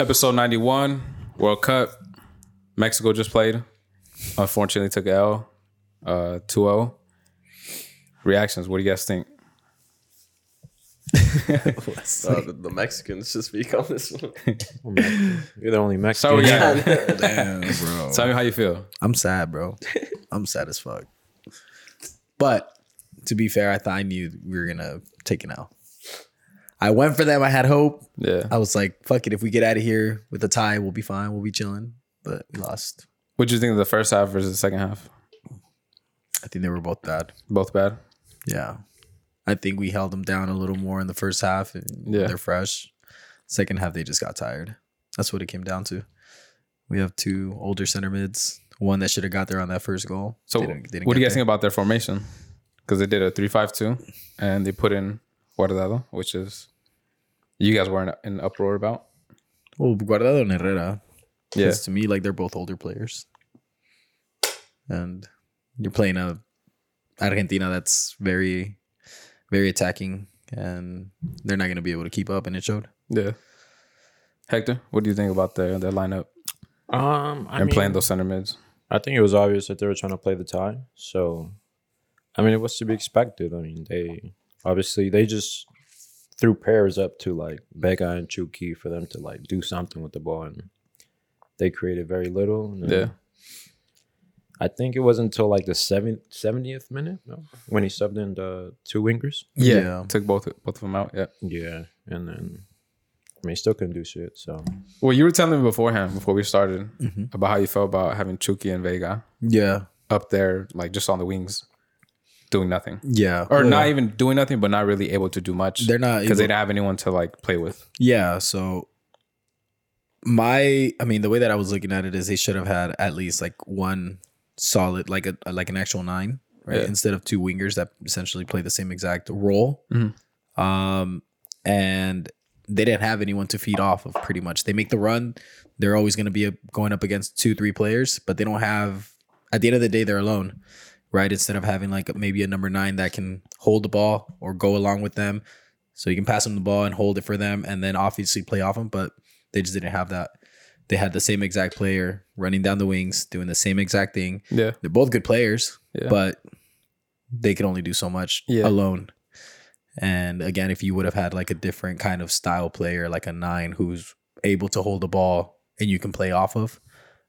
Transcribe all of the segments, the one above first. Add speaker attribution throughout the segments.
Speaker 1: Episode 91, World Cup. Mexico just played. Unfortunately, took a L. Uh, 2-0. Reactions. What do you guys think?
Speaker 2: Uh, the, the Mexicans should speak on this one.
Speaker 3: You're the only Mexican.
Speaker 1: Sorry, yeah.
Speaker 4: Damn, bro.
Speaker 1: Tell me how you feel.
Speaker 4: I'm sad, bro. I'm sad as fuck. But to be fair, I thought I knew we were gonna take an L. I went for them. I had hope.
Speaker 1: Yeah.
Speaker 4: I was like, "Fuck it! If we get out of here with a tie, we'll be fine. We'll be chilling." But we lost.
Speaker 1: What do you think of the first half versus the second half?
Speaker 4: I think they were both bad.
Speaker 1: Both bad.
Speaker 4: Yeah, I think we held them down a little more in the first half. And
Speaker 1: Yeah.
Speaker 4: they're fresh. Second half, they just got tired. That's what it came down to. We have two older center mids. One that should have got there on that first goal.
Speaker 1: So,
Speaker 4: They didn't- they didn't
Speaker 1: what do you
Speaker 4: get
Speaker 1: guys
Speaker 4: there.
Speaker 1: think about their formation? Because they did a three-five-two, and they put in Guardado, which is you guys were in, in uproar about.
Speaker 4: Well, Oh, Guardado and Herrera.
Speaker 1: Yeah.
Speaker 4: Because to me, like they're both older players. And you're playing a Argentina that's very, very attacking, and they're not going to be able to keep up, and it showed.
Speaker 1: Yeah. Hector, what do you think about their their lineup
Speaker 3: Um, I
Speaker 1: and
Speaker 3: mean,
Speaker 1: playing those center mids?
Speaker 3: I think it was obvious that they were trying to play the tie. So, I mean, it was to be expected. I mean, they obviously they just threw pairs up to like Becca and Chuki for them to like do something with the ball, and they created very little. And then
Speaker 1: Yeah.
Speaker 3: I think it wasn't until like the seventh, 70th minute no? when he subbed in the two wingers.
Speaker 4: Yeah. Yeah.
Speaker 1: Took both both of them out. Yeah.
Speaker 3: Yeah, and then I mean, he still couldn't do shit. So
Speaker 1: Well, you were telling me beforehand, before we started,
Speaker 4: Mm-hmm.
Speaker 1: about how you felt about having Chucky and Vega
Speaker 4: Yeah.
Speaker 1: up there, like just on the wings, doing nothing.
Speaker 4: Yeah.
Speaker 1: Or not even doing nothing, but not really able to do much.
Speaker 4: They're not
Speaker 1: because they
Speaker 4: able-
Speaker 1: didn't have anyone to like play with.
Speaker 4: Yeah. So my, I mean, the way that I was looking at it is they should have had at least like one solid, like a like an actual nine, right?
Speaker 1: Yeah.
Speaker 4: Instead of two wingers that essentially play the same exact role.
Speaker 1: Mhm.
Speaker 4: Um, and they didn't have anyone to feed off of. Pretty much, they make the run. They're always going to be a, going up against two, three players, but they don't have. At the end of the day, they're alone, right? Instead of having like maybe a number nine that can hold the ball or go along with them, so you can pass them the ball and hold it for them and then obviously play off them, but they just didn't have that. They had the same exact player running down the wings, doing the same exact thing.
Speaker 1: Yeah.
Speaker 4: They're both good players,
Speaker 1: Yeah.
Speaker 4: but they could only do so much
Speaker 1: Yeah.
Speaker 4: alone. And again, if you would have had like a different kind of style player, like a nine who's able to hold the ball and you can play off of,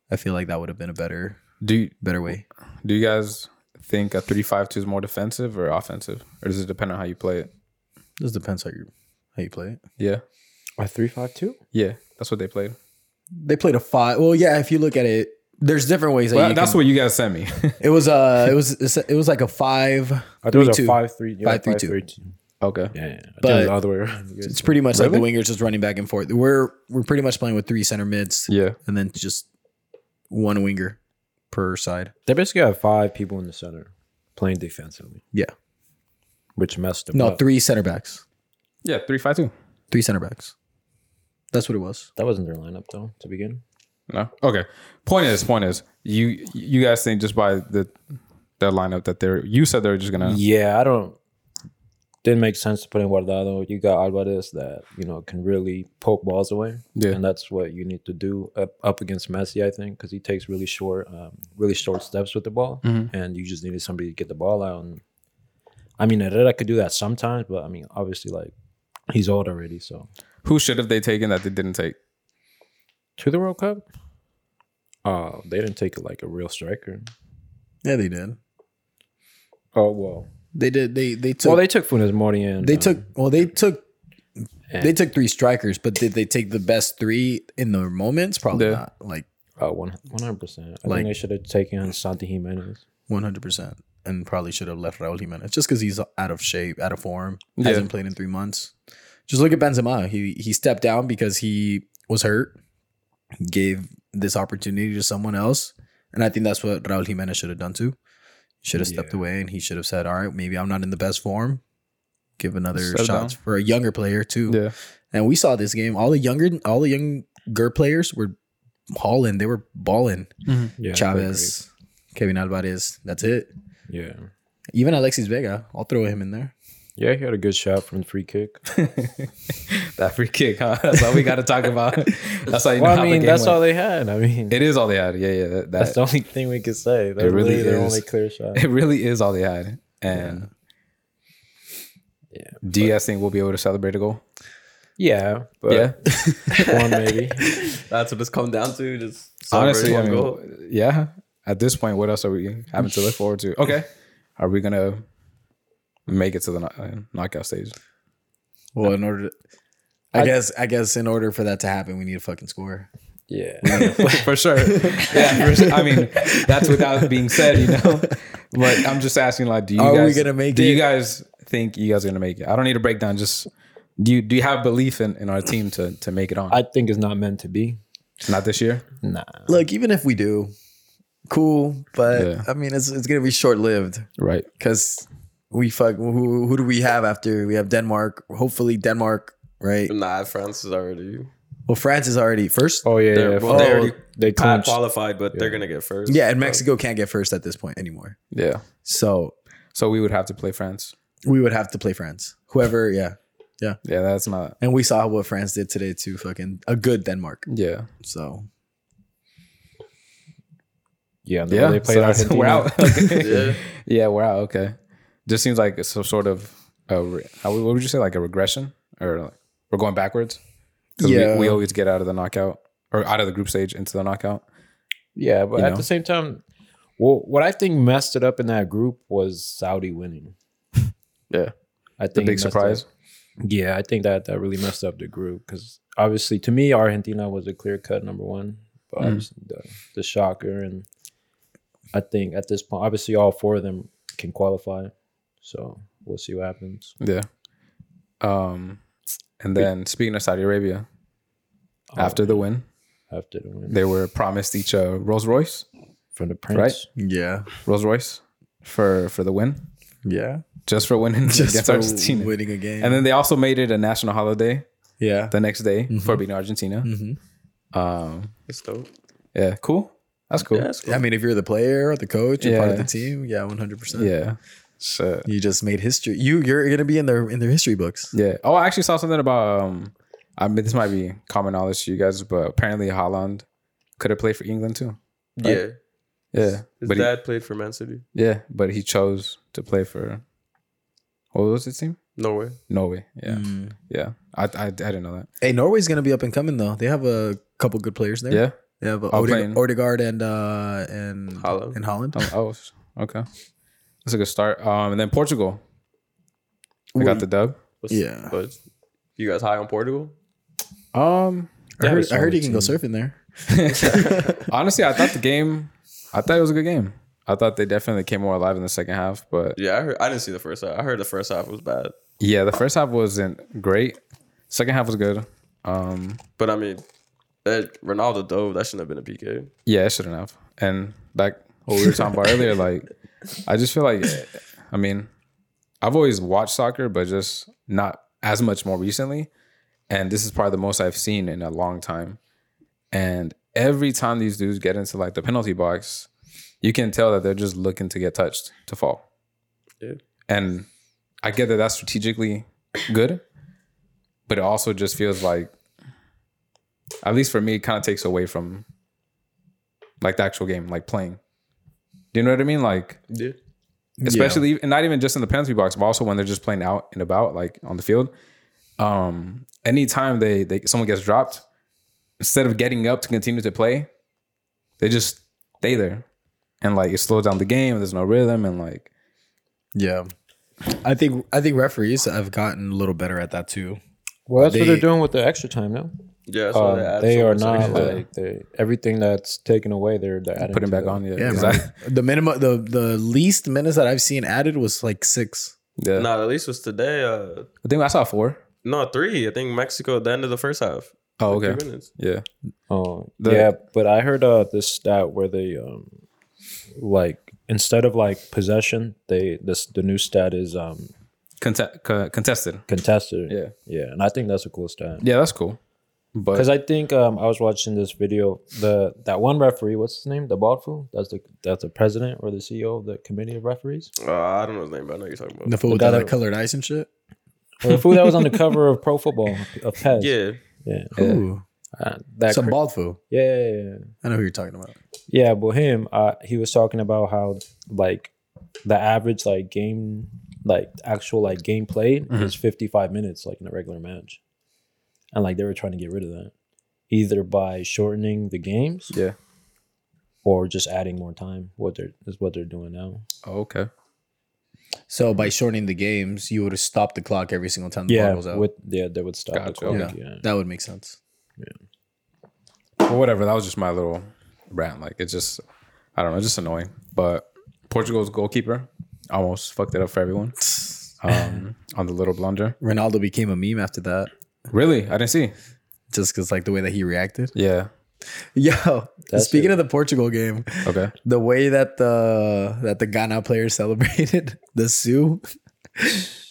Speaker 4: I feel like that would have been a better
Speaker 1: Do you,
Speaker 4: better way.
Speaker 1: do you guys think a three five two is more defensive or offensive, or does it depend on how you play it?
Speaker 4: Just depends how you how you play it.
Speaker 1: Yeah.
Speaker 3: a three five two.
Speaker 1: Yeah. That's what they played.
Speaker 4: They played a five. Well, yeah, if you look at it, there's different ways that
Speaker 1: Well,
Speaker 4: you
Speaker 1: that's
Speaker 4: can-
Speaker 1: what you guys sent me.
Speaker 4: It was uh it was it was like a five.
Speaker 3: I think it was
Speaker 4: three,
Speaker 3: a
Speaker 4: two.
Speaker 3: five three. Yeah,
Speaker 4: Five, three,
Speaker 3: five,
Speaker 4: two.
Speaker 3: three, two.
Speaker 1: okay.
Speaker 3: Yeah, yeah.
Speaker 4: But-
Speaker 3: But, the other way around.
Speaker 4: It's pretty much like the wingers just running back and forth. We're we're pretty much playing with three center mids
Speaker 1: Yeah.
Speaker 4: and then just one winger per side.
Speaker 3: They basically have five people in the center playing defensively.
Speaker 4: Yeah.
Speaker 3: Which messed them
Speaker 4: No,
Speaker 3: up.
Speaker 4: three center backs.
Speaker 1: Yeah. Three five two.
Speaker 4: Three center backs. That's what it was.
Speaker 3: That wasn't their lineup though to begin.
Speaker 1: No. Okay. Point is, point is, you you guys think just by the that lineup that they're you said they're just gonna
Speaker 3: Yeah, I don't. Didn't make sense to put in Guardado. You got Alvarez that you know can really poke balls away,
Speaker 1: Yeah.
Speaker 3: and that's what you need to do up, up against Messi, I think, because he takes really short, um, really short steps with the ball,
Speaker 4: Mm-hmm.
Speaker 3: and you just needed somebody to get the ball out. And I mean, Herrera could do that sometimes, but I mean, obviously, like he's old already, so
Speaker 1: who should have they taken that they didn't take?
Speaker 3: to the World Cup. Uh, they didn't take like a real striker.
Speaker 4: Yeah, they did.
Speaker 3: Oh well.
Speaker 4: They did they they took
Speaker 3: Well,
Speaker 4: they,
Speaker 3: they took Funes Mori and um,
Speaker 4: took well they took
Speaker 3: and-
Speaker 4: they took three strikers, but did they take the best three in their moments? Probably
Speaker 1: Yeah.
Speaker 4: not. Like
Speaker 3: uh, one hundred percent. I
Speaker 4: Like-
Speaker 3: think they should have taken Santi Jimenez.
Speaker 4: one hundred percent. And probably should have left Raul Jimenez just because he's out of shape, out of form,
Speaker 1: Yeah.
Speaker 4: hasn't played in three months. Just look at Benzema. He he stepped down because he was hurt. Gave this opportunity to someone else, and I think that's what Raul Jimenez should have done too. Should have stepped
Speaker 3: Yeah.
Speaker 4: away, and he should have said, "All right, maybe I'm not in the best form. Give another
Speaker 1: Settle
Speaker 4: shot
Speaker 1: down.
Speaker 4: for a younger player too."
Speaker 1: Yeah.
Speaker 4: And we saw this game. All the younger, all the younger players were hauling. They were balling.
Speaker 3: Yeah,
Speaker 4: Chavez, Kevin Alvarez. That's it.
Speaker 3: Yeah,
Speaker 4: Even Alexis Vega, I'll throw him in there.
Speaker 3: Yeah, he had a good shot from the free kick.
Speaker 1: That free kick, huh? That's all we got to talk about. That's how you know
Speaker 3: well,
Speaker 1: how
Speaker 3: I
Speaker 1: the
Speaker 3: mean,
Speaker 1: game
Speaker 3: that's
Speaker 1: went.
Speaker 3: all they had. I mean,
Speaker 1: It is all they had. Yeah, yeah. That,
Speaker 3: that's
Speaker 1: that,
Speaker 3: the only thing we could say. That was
Speaker 1: really
Speaker 3: really their
Speaker 1: is.
Speaker 3: only clear shot.
Speaker 1: it really is all they had. And
Speaker 3: Yeah,
Speaker 1: do you guys think we'll be able to celebrate a goal?
Speaker 3: Yeah, but one maybe.
Speaker 2: That's what it's come down to. Just celebrate
Speaker 1: Honestly, I
Speaker 2: one
Speaker 1: mean,
Speaker 2: goal.
Speaker 1: yeah. At this point, what else are we having to look forward to? Okay, are we gonna make it to the kno- uh, knockout stage?
Speaker 4: Well, in order to, I, guess, I guess, in order for that to happen, we need a fucking score.
Speaker 3: Yeah,
Speaker 1: for sure. Yeah, for sure. I mean, that's without being said, you know. But I'm just asking, like, do you
Speaker 4: Are we
Speaker 1: guys
Speaker 4: gonna make
Speaker 1: do
Speaker 4: it?
Speaker 1: you guys think you guys are gonna make it? I don't need a breakdown. Just do you do you have belief in, in our team to to make it on?
Speaker 3: I think it's not meant to be.
Speaker 1: Not this year.
Speaker 3: Nah,
Speaker 4: Look, even if we do, cool, but
Speaker 1: Yeah.
Speaker 4: I mean, it's it's gonna be short lived
Speaker 1: Right.
Speaker 4: because we fuck. Who who do we have after we have Denmark? Hopefully, Denmark, right?
Speaker 2: Nah, France is already.
Speaker 4: Well, France is already first.
Speaker 3: Oh yeah,
Speaker 2: They're-
Speaker 3: yeah.
Speaker 2: well, they already
Speaker 3: they
Speaker 2: Pat
Speaker 3: clinched.
Speaker 2: qualified, but they're gonna get first.
Speaker 4: Yeah, and Mexico can't get first at this point anymore.
Speaker 1: Yeah.
Speaker 4: So
Speaker 1: So we would have to play France.
Speaker 4: we would have to play France. Whoever, yeah.
Speaker 1: Yeah, that's not.
Speaker 4: And we saw what France did today to fucking a good Denmark.
Speaker 1: Yeah.
Speaker 4: So
Speaker 3: Yeah, the way
Speaker 1: Yeah.
Speaker 3: they
Speaker 1: so
Speaker 3: played
Speaker 1: that's-
Speaker 3: Argentina.
Speaker 1: we're out.
Speaker 2: Yeah.
Speaker 1: yeah, we're out. Okay. Just seems like it's some sort of a re- how what would you say like a regression or like we're going backwards. 'Cause we-
Speaker 4: Yeah.
Speaker 1: we, always get out of the knockout or out of the group stage into the knockout.
Speaker 3: Yeah, but
Speaker 1: You
Speaker 3: at
Speaker 1: know?
Speaker 3: the same time, well, what I think messed it up in that group was Saudi winning.
Speaker 1: Yeah.
Speaker 3: I
Speaker 1: The big
Speaker 3: think it messed
Speaker 1: surprise.
Speaker 3: up- Yeah, I think that that really messed up the group because obviously, to me, Argentina was a clear cut number one, but
Speaker 1: Mm.
Speaker 3: obviously the, the shocker, and I think at this point, obviously, all four of them can qualify, so we'll see what happens.
Speaker 1: Yeah. Um, and then speaking of Saudi Arabia,
Speaker 4: Oh,
Speaker 1: after the win,
Speaker 3: after the win
Speaker 1: they were promised each a Rolls Royce,
Speaker 3: from the Prince,
Speaker 1: Right?
Speaker 4: yeah,
Speaker 1: Rolls Royce, for for the win,
Speaker 4: yeah,
Speaker 1: just for winning
Speaker 4: just
Speaker 1: against
Speaker 4: for
Speaker 1: Argentina.
Speaker 4: winning a game.
Speaker 1: And then they also made it a national holiday
Speaker 4: yeah,
Speaker 1: the next day
Speaker 4: Mm-hmm.
Speaker 1: for beating Argentina.
Speaker 4: Mhm.
Speaker 1: Um,
Speaker 2: It's dope.
Speaker 1: yeah, cool. That's cool.
Speaker 2: Yeah, it's cool.
Speaker 4: I mean, if you're the player or the coach, you're part of
Speaker 1: Yeah.
Speaker 4: the team. Yeah, one hundred percent.
Speaker 1: Yeah. So
Speaker 4: you just made history. You you're gonna be in their in their history books.
Speaker 1: yeah. Oh, I actually saw something about um I mean this might be common knowledge to you guys, but apparently Holland could have played for England too.
Speaker 2: yeah.
Speaker 1: Yeah.
Speaker 2: His
Speaker 1: But he,
Speaker 2: dad played for Man City.
Speaker 1: yeah, but he chose to play for what was his team?
Speaker 2: Norway.
Speaker 1: Norway. Yeah.
Speaker 4: Mm.
Speaker 1: Yeah. I, I I didn't know that.
Speaker 4: Hey, Norway's gonna be up and coming though. They have a couple good players there.
Speaker 1: Yeah.
Speaker 4: they have uh,
Speaker 1: All
Speaker 4: Ode-
Speaker 1: playing.
Speaker 4: Odegaard and uh and
Speaker 2: Holland.
Speaker 4: and Holland.
Speaker 1: Oh, oh, s- okay. That's a good start. Um and then Portugal. We got the dub.
Speaker 2: Was-
Speaker 4: Yeah.
Speaker 2: But you guys high on Portugal?
Speaker 1: Um
Speaker 4: I heard, I
Speaker 3: solid
Speaker 4: heard you can go
Speaker 3: team.
Speaker 4: surfing there.
Speaker 1: honestly, I thought the game I thought it was a good game. I thought they definitely came more alive in the second half, but
Speaker 2: Yeah, I heard. I didn't see the first half. I heard the first half was bad,
Speaker 1: Yeah, the first half wasn't great. Second half was good. Um,
Speaker 2: but I mean, that Ronaldo dove. That shouldn't have been a PK.
Speaker 1: yeah, it shouldn't have. And like what we were talking about earlier, like I just feel like, I mean, I've always watched soccer, but just not as much more recently. And this is probably the most I've seen in a long time. And every time these dudes get into like the penalty box, you can tell that they're just looking to get touched to fall.
Speaker 2: Yeah.
Speaker 1: And I get that that's strategically good, but it also just feels like, at least for me, it kind of takes away from like the actual game, like playing. Do you know what I mean? Like,
Speaker 2: Yeah.
Speaker 1: especially and not even just in the penalty box, but also when they're just playing out and about, like on the field. Um, anytime they they someone gets dropped, instead of getting up to continue to play, they just stay there, and like it slows down the game. There's no rhythm, and like
Speaker 4: Yeah. I think I think referees have gotten a little better at that too.
Speaker 3: Well, that's what they're
Speaker 4: They-
Speaker 3: doing with the extra time now.
Speaker 2: Yeah. That's why
Speaker 3: Um,
Speaker 2: they added
Speaker 3: they
Speaker 2: so
Speaker 3: are
Speaker 2: much
Speaker 3: not
Speaker 2: extra.
Speaker 3: like they, everything that's taken away. They're, they're adding
Speaker 1: putting
Speaker 3: to
Speaker 1: back
Speaker 3: the-
Speaker 1: on. Yeah,
Speaker 4: Yeah,
Speaker 1: exactly.
Speaker 4: man. the minimum, the the least minutes that I've seen added was like six.
Speaker 1: Yeah.
Speaker 2: Nah, at least it was today. Uh,
Speaker 1: I think I saw four.
Speaker 2: no, three. I think Mexico at the end of the first half.
Speaker 1: Oh,
Speaker 2: Like,
Speaker 1: okay.
Speaker 2: three minutes.
Speaker 1: Yeah.
Speaker 3: Oh
Speaker 1: The-
Speaker 3: yeah, but I heard uh, this stat where they um, like instead of like possession, they this the new stat is um
Speaker 1: Conte- co- contested.
Speaker 3: contested.
Speaker 1: Yeah.
Speaker 3: yeah, and I think that's a cool stat.
Speaker 1: Yeah, that's cool. But
Speaker 3: Because I think um, I was watching this video. The that one referee, what's his name? The bald fool. That's the that's the president or the CEO of the committee of referees.
Speaker 2: Uh, I don't know his name, but I know you're talking about.
Speaker 4: The fool with
Speaker 3: guy
Speaker 4: the like,
Speaker 1: uh,
Speaker 3: that-
Speaker 4: colored eyes and shit.
Speaker 3: Or the fool that was on the cover of Pro Football of Pez.
Speaker 2: yeah,
Speaker 3: yeah.
Speaker 4: Ooh,
Speaker 3: Uh, that
Speaker 4: some
Speaker 3: cra-
Speaker 4: bald fool.
Speaker 3: yeah, yeah, yeah, yeah.
Speaker 4: I know who you're talking about.
Speaker 3: Yeah, but him, uh, he was talking about how like the average like game, like actual like game played
Speaker 1: Mhm.
Speaker 3: is fifty five minutes, like in a regular match, and like they were trying to get rid of that, either by shortening the games,
Speaker 1: Yeah.
Speaker 3: or just adding more time. What they're is what they're doing now.
Speaker 1: oh, okay,
Speaker 4: So by shortening the games, you would have stopped the clock every single time the
Speaker 3: yeah,
Speaker 4: ball goes out.
Speaker 3: with yeah, they would stop the
Speaker 1: Gotcha.
Speaker 3: clock.
Speaker 4: Yeah.
Speaker 3: Yeah.
Speaker 4: that would make sense.
Speaker 1: well, whatever. That was just my little rant. Like it's just, I don't know, it's just annoying. But Portugal's goalkeeper almost fucked it up for everyone um, on the little blunder.
Speaker 4: Ronaldo became a meme after that,
Speaker 1: Really, I didn't see.
Speaker 4: just because like the way that he reacted.
Speaker 1: Yeah.
Speaker 4: Yo,
Speaker 3: That's
Speaker 4: speaking
Speaker 3: it.
Speaker 4: of the Portugal game,
Speaker 1: Okay.
Speaker 4: the way that the that the Ghana players celebrated the Sioux,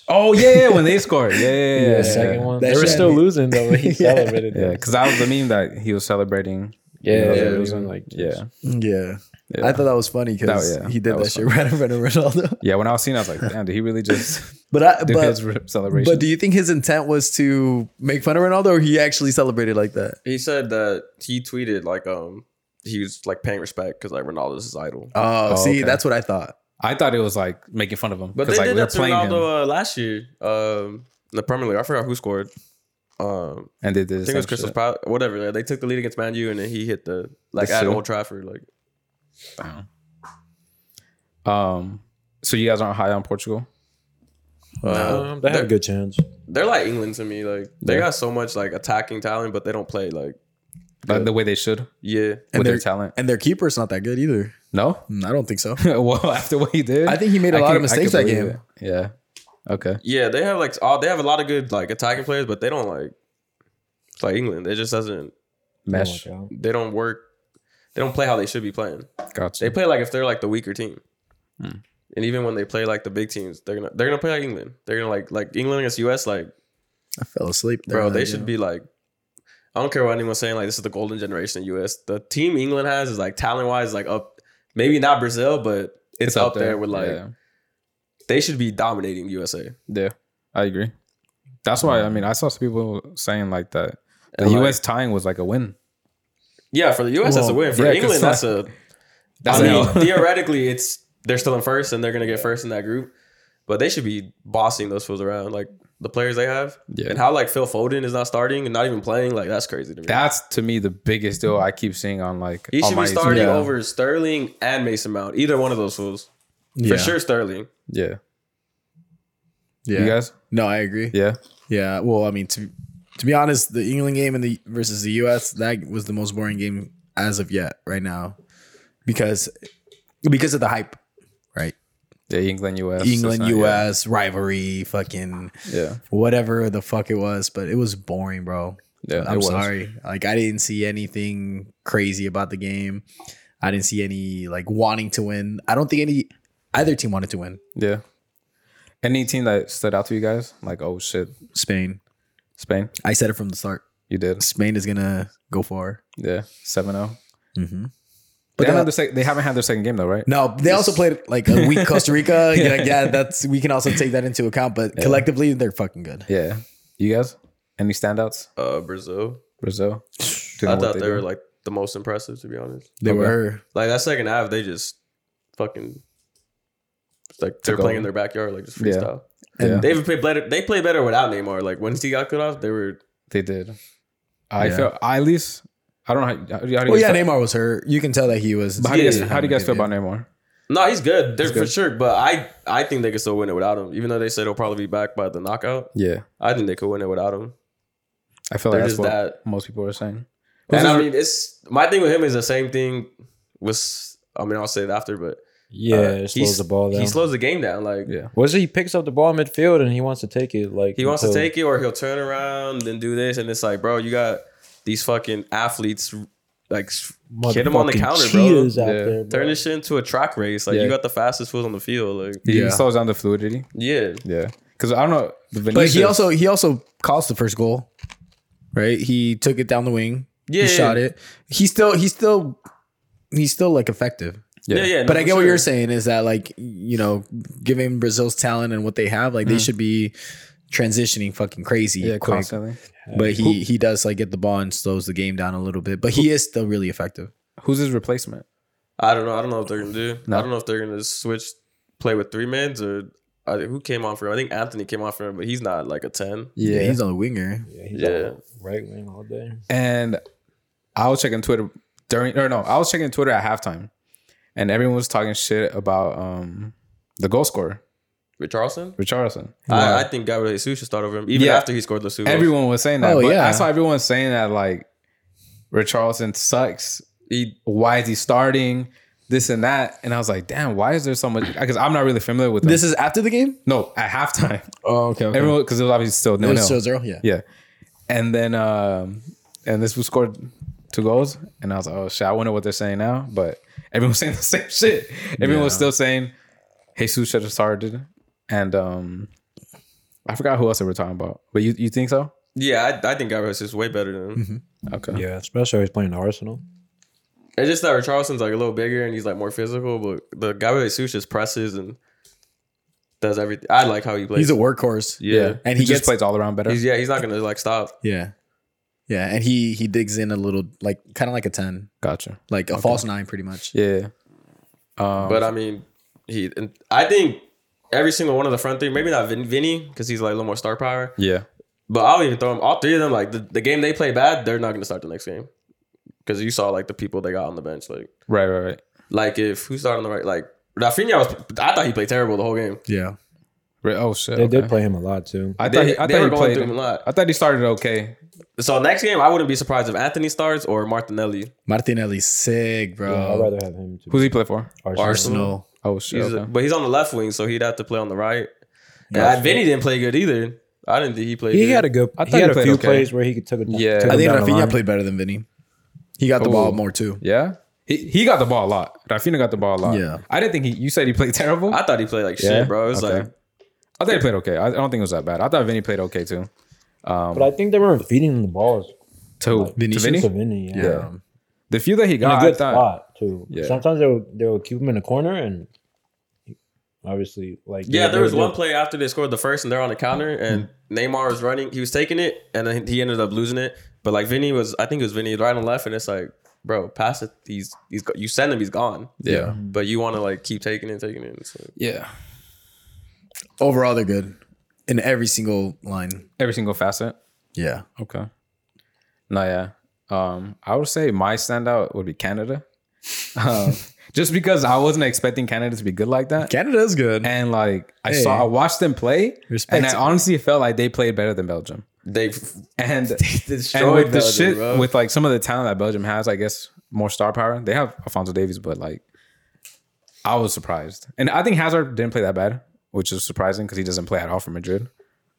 Speaker 1: Oh yeah, when they scored. Yeah, yeah, yeah.
Speaker 3: The
Speaker 1: yeah.
Speaker 3: second one,
Speaker 4: That
Speaker 3: they were
Speaker 4: shit-
Speaker 3: still losing though. but He
Speaker 4: Yeah.
Speaker 3: celebrated.
Speaker 1: Yeah,
Speaker 3: Yeah,
Speaker 1: because that was the meme that he was celebrating.
Speaker 3: yeah,
Speaker 1: Yeah.
Speaker 3: yeah,
Speaker 1: Yeah.
Speaker 3: losing, like
Speaker 1: Yeah.
Speaker 4: yeah,
Speaker 1: Yeah.
Speaker 4: I thought that was funny because
Speaker 1: That- yeah,
Speaker 4: he
Speaker 1: that
Speaker 4: did that,
Speaker 1: was
Speaker 4: shit right in front of Ronaldo.
Speaker 1: Yeah, when I was seeing, it, I was like, "Damn, did he really just
Speaker 4: But I,
Speaker 1: do
Speaker 4: but
Speaker 1: his rip celebration?"
Speaker 4: But do you think his intent was to make fun of Ronaldo, or he actually celebrated like that?
Speaker 2: he said that he tweeted like um he was like paying respect because like Ronaldo's his idol.
Speaker 4: Oh,
Speaker 1: Oh,
Speaker 4: see,
Speaker 1: okay.
Speaker 4: that's what I thought.
Speaker 1: I thought it was like making fun of him,
Speaker 2: But
Speaker 1: 'cause,
Speaker 2: they
Speaker 1: like,
Speaker 2: did
Speaker 1: we were
Speaker 2: that to
Speaker 1: playing him,
Speaker 2: Ronaldo uh, last year um, in the Premier League. I forgot who scored. Um,
Speaker 1: and they did.
Speaker 2: I
Speaker 1: The
Speaker 2: think it
Speaker 1: same
Speaker 2: was Crystal
Speaker 1: shit.
Speaker 2: Palace. Whatever. like, they took the lead against Man U, and then he hit the like at
Speaker 1: seal?
Speaker 2: Old Trafford. Like
Speaker 1: Um, so you guys aren't high on Portugal.
Speaker 2: No.
Speaker 3: Um, they had a
Speaker 2: They're-
Speaker 3: good chance.
Speaker 2: they're like England to me. Like they
Speaker 1: Yeah.
Speaker 2: got so much like attacking talent, but they don't play like
Speaker 1: Like the way they should
Speaker 2: yeah.
Speaker 1: with their
Speaker 4: they're-
Speaker 1: talent.
Speaker 4: And their keeper's not that good either.
Speaker 1: No,
Speaker 4: Mm, I don't think so.
Speaker 1: well, after what he did,
Speaker 4: I think he made a
Speaker 1: I
Speaker 4: lot
Speaker 1: can-
Speaker 4: of
Speaker 1: I can
Speaker 4: mistakes that
Speaker 1: believe
Speaker 4: game.
Speaker 1: it. Yeah. Okay.
Speaker 2: Yeah, they have like all they have a lot of good like attacking players, but they don't like it's like England. It just doesn't
Speaker 1: Mesh.
Speaker 3: Oh my God.
Speaker 2: they don't work they don't play how they should be playing. They
Speaker 1: Gotcha.
Speaker 2: play like if they're like the weaker team.
Speaker 1: Hmm.
Speaker 2: And even when they play like the big teams, they're gonna they're gonna play like England. They're gonna like like England against US, like
Speaker 4: I fell asleep,
Speaker 2: bro, they should be like I don't care what anyone's saying, like this is the golden generation of US. The team England has is like talent wise, like up maybe not Brazil, but it's, up, there. with like
Speaker 1: yeah.
Speaker 2: they should be dominating USA.
Speaker 1: Yeah, I agree. That's why I mean I saw some people saying like that the
Speaker 2: And, like-
Speaker 1: U.S. tying was like a win.
Speaker 2: Yeah, for the US that's a
Speaker 1: Well,
Speaker 2: win. For
Speaker 1: yeah, 'cause
Speaker 2: England,
Speaker 1: like-
Speaker 2: that's a
Speaker 1: That's
Speaker 2: I
Speaker 1: an
Speaker 2: mean,
Speaker 1: L.
Speaker 2: theoretically, it's they're still in first and they're gonna get first in that group, but they should be bossing those fools around, like the players they have, and
Speaker 1: Yeah,
Speaker 2: how like Phil Foden is not starting and not even playing, like that's crazy to me.
Speaker 1: that's to me the biggest deal I keep seeing on like
Speaker 2: he
Speaker 1: on
Speaker 2: should
Speaker 1: my-
Speaker 2: be starting
Speaker 4: yeah.
Speaker 2: over Sterling and Mason Mount, either one of those fools
Speaker 4: yeah.
Speaker 2: for sure. Sterling,
Speaker 1: Yeah,
Speaker 4: Yeah.
Speaker 1: you guys.
Speaker 4: No, I agree. Yeah.
Speaker 1: Yeah,
Speaker 4: Well, I mean, to to be honest, the England game and the versus the U.S. that was the most boring game as of yet right now, because because of the hype, right?
Speaker 1: yeah. England, U.S. it's
Speaker 4: England
Speaker 1: not-
Speaker 4: U.S. rivalry, fucking
Speaker 1: Yeah,
Speaker 4: whatever the fuck it was, but it was boring, bro.
Speaker 1: yeah. yeah
Speaker 4: I'm
Speaker 1: it was.
Speaker 4: sorry. Like I didn't see anything crazy about the game. I didn't see any like wanting to win. I don't think any either team wanted to win.
Speaker 1: Yeah. Any team that stood out to you guys? Like, oh shit,
Speaker 4: Spain.
Speaker 1: Spain.
Speaker 4: I said it from the start.
Speaker 1: You did.
Speaker 4: Spain is gonna go far.
Speaker 1: Yeah, seven oh. zero.
Speaker 4: Mm-hmm.
Speaker 1: But
Speaker 4: But
Speaker 1: they, haven't
Speaker 4: uh,
Speaker 1: had their sec- they haven't had their second game though, right?
Speaker 4: no, they also played like a weak Costa Rica. yeah. Like, yeah, that's we can also take that into account. But collectively, they're fucking good.
Speaker 1: Yeah. You guys? Any standouts?
Speaker 2: uh, Brazil.
Speaker 1: Brazil. Do you
Speaker 2: I
Speaker 1: know what
Speaker 2: thought they,
Speaker 1: do?
Speaker 2: were like the most impressive, to be honest.
Speaker 4: They
Speaker 1: Okay.
Speaker 4: were.
Speaker 2: Like that second half, they just fucking like they're
Speaker 1: Took
Speaker 2: playing in
Speaker 1: over.
Speaker 2: their backyard, like just
Speaker 1: Yeah.
Speaker 2: freestyle.
Speaker 1: Yeah.
Speaker 2: They even played better. They played better without Neymar. Like once he got cut off, they were
Speaker 1: They did. I
Speaker 4: Yeah.
Speaker 1: feel. I at least. I don't know. How, how, do you
Speaker 4: Well,
Speaker 1: guys
Speaker 4: yeah,
Speaker 1: feel,
Speaker 4: Neymar was hurt. You can tell that he was.
Speaker 1: but how do you guys,
Speaker 2: Oh, yeah.
Speaker 1: how do you guys feel about Neymar?
Speaker 2: No, he's good. They're
Speaker 1: He's
Speaker 2: for
Speaker 1: good.
Speaker 2: sure. But I, I think they could still win it without him. Even though they said he'll probably be back by the knockout,
Speaker 1: Yeah,
Speaker 2: I think they could win it without him.
Speaker 1: I feel
Speaker 2: They're
Speaker 1: like that's
Speaker 2: just
Speaker 1: what
Speaker 2: that.
Speaker 1: most people are saying.
Speaker 2: And I
Speaker 1: Who's-
Speaker 2: mean, it's my thing with him is the same thing. Was I mean, I'll say it after, but
Speaker 3: Yeah,
Speaker 2: uh,
Speaker 3: it slows
Speaker 2: he's-
Speaker 3: the ball down.
Speaker 2: He slows the game down. Like
Speaker 1: yeah,
Speaker 3: Was he picks up the ball in midfield and he wants to take it? Like
Speaker 2: he wants to
Speaker 3: until-
Speaker 2: take it, or he'll turn around and do this, and it's like, bro, you got these fucking athletes. Like Hit him on the
Speaker 3: Motherfucking
Speaker 2: counter, bro.
Speaker 3: cheetahs out
Speaker 1: Yeah.
Speaker 3: there, bro.
Speaker 2: turn this shit into a track race. Like
Speaker 1: Yeah.
Speaker 2: you got the fastest foot on the field. Like
Speaker 1: he
Speaker 4: Yeah.
Speaker 1: slows down the fluidity.
Speaker 2: yeah,
Speaker 1: Yeah, because I don't know.
Speaker 4: But he
Speaker 1: Vinicius-
Speaker 4: also he also caused the first goal. right? He took it down the wing.
Speaker 2: Yeah,
Speaker 4: he shot it. He still, he still, he's still like effective.
Speaker 2: Yeah, yeah. no,
Speaker 4: but I
Speaker 2: for
Speaker 4: get what
Speaker 2: sure.
Speaker 4: you're saying is that like you know, given Brazil's talent and what they have, like they should be transitioning fucking crazy
Speaker 1: yeah,
Speaker 4: quick.
Speaker 1: constantly.
Speaker 4: But he he does like get the ball and slows the game down a little bit. But he is still really effective.
Speaker 1: Who's his replacement?
Speaker 2: I don't know. I don't know if they're gonna do.
Speaker 1: No.
Speaker 2: I don't know if they're gonna switch, play with three mans or I, who came on for him. I think Anthony came on for him, but he's not like a ten.
Speaker 4: Yeah, he's on the winger.
Speaker 3: Yeah, he's
Speaker 2: Yeah.
Speaker 3: all right wing all day.
Speaker 1: and I was checking Twitter during or no, I was checking Twitter at halftime, and everyone was talking shit about um the goal scorer
Speaker 2: Richarlison.
Speaker 1: Richardson.
Speaker 2: I, I think Gabriel Jesus should start over him, even
Speaker 1: Yeah.
Speaker 2: after he scored the two. goals.
Speaker 1: everyone was saying that.
Speaker 4: Oh,
Speaker 1: but
Speaker 4: yeah.
Speaker 1: I saw everyone saying that like Richardson sucks.
Speaker 2: He,
Speaker 1: Why is he starting? This and that, and I was like, "Damn, why is there so much?" Because I'm not really familiar with this.
Speaker 4: This is after the game.
Speaker 1: No, at halftime,
Speaker 4: Oh, okay. okay.
Speaker 1: everyone because it was obviously still
Speaker 4: it
Speaker 1: no,
Speaker 4: was
Speaker 1: no.
Speaker 4: still zero. Yeah.
Speaker 1: Yeah. And then um and this was scored two goals. And I was like, oh shit, I wonder what they're saying now. But everyone was saying the same shit. Everyone was
Speaker 4: Yeah.
Speaker 1: still saying Jesus should have started. And um I forgot who else they were talking about. But you, you think so?
Speaker 2: yeah, I, I think Gabriel Jesus is way better than him.
Speaker 1: Okay.
Speaker 3: Yeah, especially he's playing Arsenal.
Speaker 2: It's just that Richarlison's like a little bigger and he's like more physical, but the Gabriel Jesus just presses and does everything. I like how he plays.
Speaker 4: He's a workhorse.
Speaker 2: yeah.
Speaker 4: And
Speaker 1: He,
Speaker 4: he
Speaker 1: just
Speaker 4: gets
Speaker 1: plays all around better.
Speaker 2: He's yeah, he's not gonna like stop.
Speaker 4: Yeah. Yeah. And he he digs in a little like kind of like a 10,
Speaker 1: Gotcha.
Speaker 4: like a false nine pretty much.
Speaker 1: Yeah. Um
Speaker 2: But uh, I mean, he. And I think every single one of the front three, maybe not Vin, Vinny because he's like a little more star power.
Speaker 1: yeah.
Speaker 2: But I'll even throw him. All three of them, like the, the game they play bad, they're not gonna start the next game because you saw like the people they got on the bench. Like
Speaker 1: Right, right, right.
Speaker 2: like if who started on the right, like Rafinha was. I thought he played terrible the whole game.
Speaker 4: Yeah.
Speaker 1: Right. Oh shit.
Speaker 3: They did
Speaker 1: okay.
Speaker 3: play him a lot too.
Speaker 1: I
Speaker 2: They-
Speaker 1: thought he, I
Speaker 2: they
Speaker 1: thought he
Speaker 2: were going
Speaker 1: played.
Speaker 2: through him a lot.
Speaker 1: I thought he started okay.
Speaker 2: So next game, I wouldn't be surprised if Anthony starts or Martinelli.
Speaker 4: Martinelli's sick, bro.
Speaker 3: Yeah, I'd rather have him to
Speaker 1: um, Who's he play for?
Speaker 3: Arsenal.
Speaker 4: Arsenal.
Speaker 1: Oh shit.
Speaker 2: He's a-
Speaker 1: okay.
Speaker 2: but he's on the left wing, so he'd have to play on the right. And
Speaker 4: Yeah.
Speaker 2: I- Vinny didn't play good either. I didn't think he played.
Speaker 3: He
Speaker 2: good.
Speaker 3: had a good.
Speaker 1: I
Speaker 3: he
Speaker 1: thought
Speaker 3: had
Speaker 1: he
Speaker 3: a
Speaker 1: played
Speaker 3: few
Speaker 1: okay.
Speaker 3: plays where he could took it.
Speaker 1: Yeah.
Speaker 3: took
Speaker 1: I
Speaker 4: I
Speaker 3: him
Speaker 4: think
Speaker 3: down the line.
Speaker 4: Rafinha played better than Vinny. He got the ball
Speaker 1: Ooh.
Speaker 4: more too.
Speaker 1: Yeah. He, he got the ball a lot. Rafina got the ball a lot.
Speaker 4: Yeah.
Speaker 1: I didn't think he you said he played terrible.
Speaker 2: I thought he played like
Speaker 1: Yeah?
Speaker 2: shit, bro. It's
Speaker 1: Okay.
Speaker 2: like
Speaker 1: I think he played okay. I I don't think it was that bad. I thought Vinny played okay too.
Speaker 3: But I think they weren't feeding him the balls.
Speaker 1: To, to
Speaker 4: Vinicius?
Speaker 1: Vinny?
Speaker 3: To Vinny, yeah.
Speaker 1: Yeah. The few that he
Speaker 3: In a
Speaker 1: got, I
Speaker 3: good
Speaker 1: thought
Speaker 3: spot too.
Speaker 1: Yeah.
Speaker 3: Sometimes they would they would keep him in a corner and obviously like
Speaker 2: yeah, there
Speaker 3: they- they
Speaker 2: was Mm-hmm.
Speaker 3: would
Speaker 2: one
Speaker 3: do-
Speaker 2: play after they scored the first, and they're on the counter, and Neymar was running. He was taking it, and then he ended up losing it. But like Vinny was, I think it was Vinny right and left, and it's like, bro, pass it. He's he's go- you send him, he's gone.
Speaker 1: Yeah.
Speaker 2: But you want to like keep taking it, taking it. It's like,
Speaker 1: Yeah.
Speaker 4: Overall, they're good in every single line.
Speaker 1: Every single facet.
Speaker 4: Yeah.
Speaker 1: Okay. No, yeah. Um, I would say my standout would be Canada. Um, just because I wasn't expecting Canada to be good like that.
Speaker 4: Canada is good.
Speaker 1: And like I
Speaker 4: Hey.
Speaker 1: saw I watched them play
Speaker 4: Respect.
Speaker 1: and I honestly felt like they played better than Belgium.
Speaker 2: they
Speaker 1: And
Speaker 2: destroyed
Speaker 1: and with the
Speaker 2: Belgium,
Speaker 1: shit
Speaker 2: bro.
Speaker 1: with like some of the talent that Belgium has, I guess more star power. They have Alfonso Davies, but like I was surprised, and I think Hazard didn't play that bad, which is surprising because he doesn't play at all for Madrid.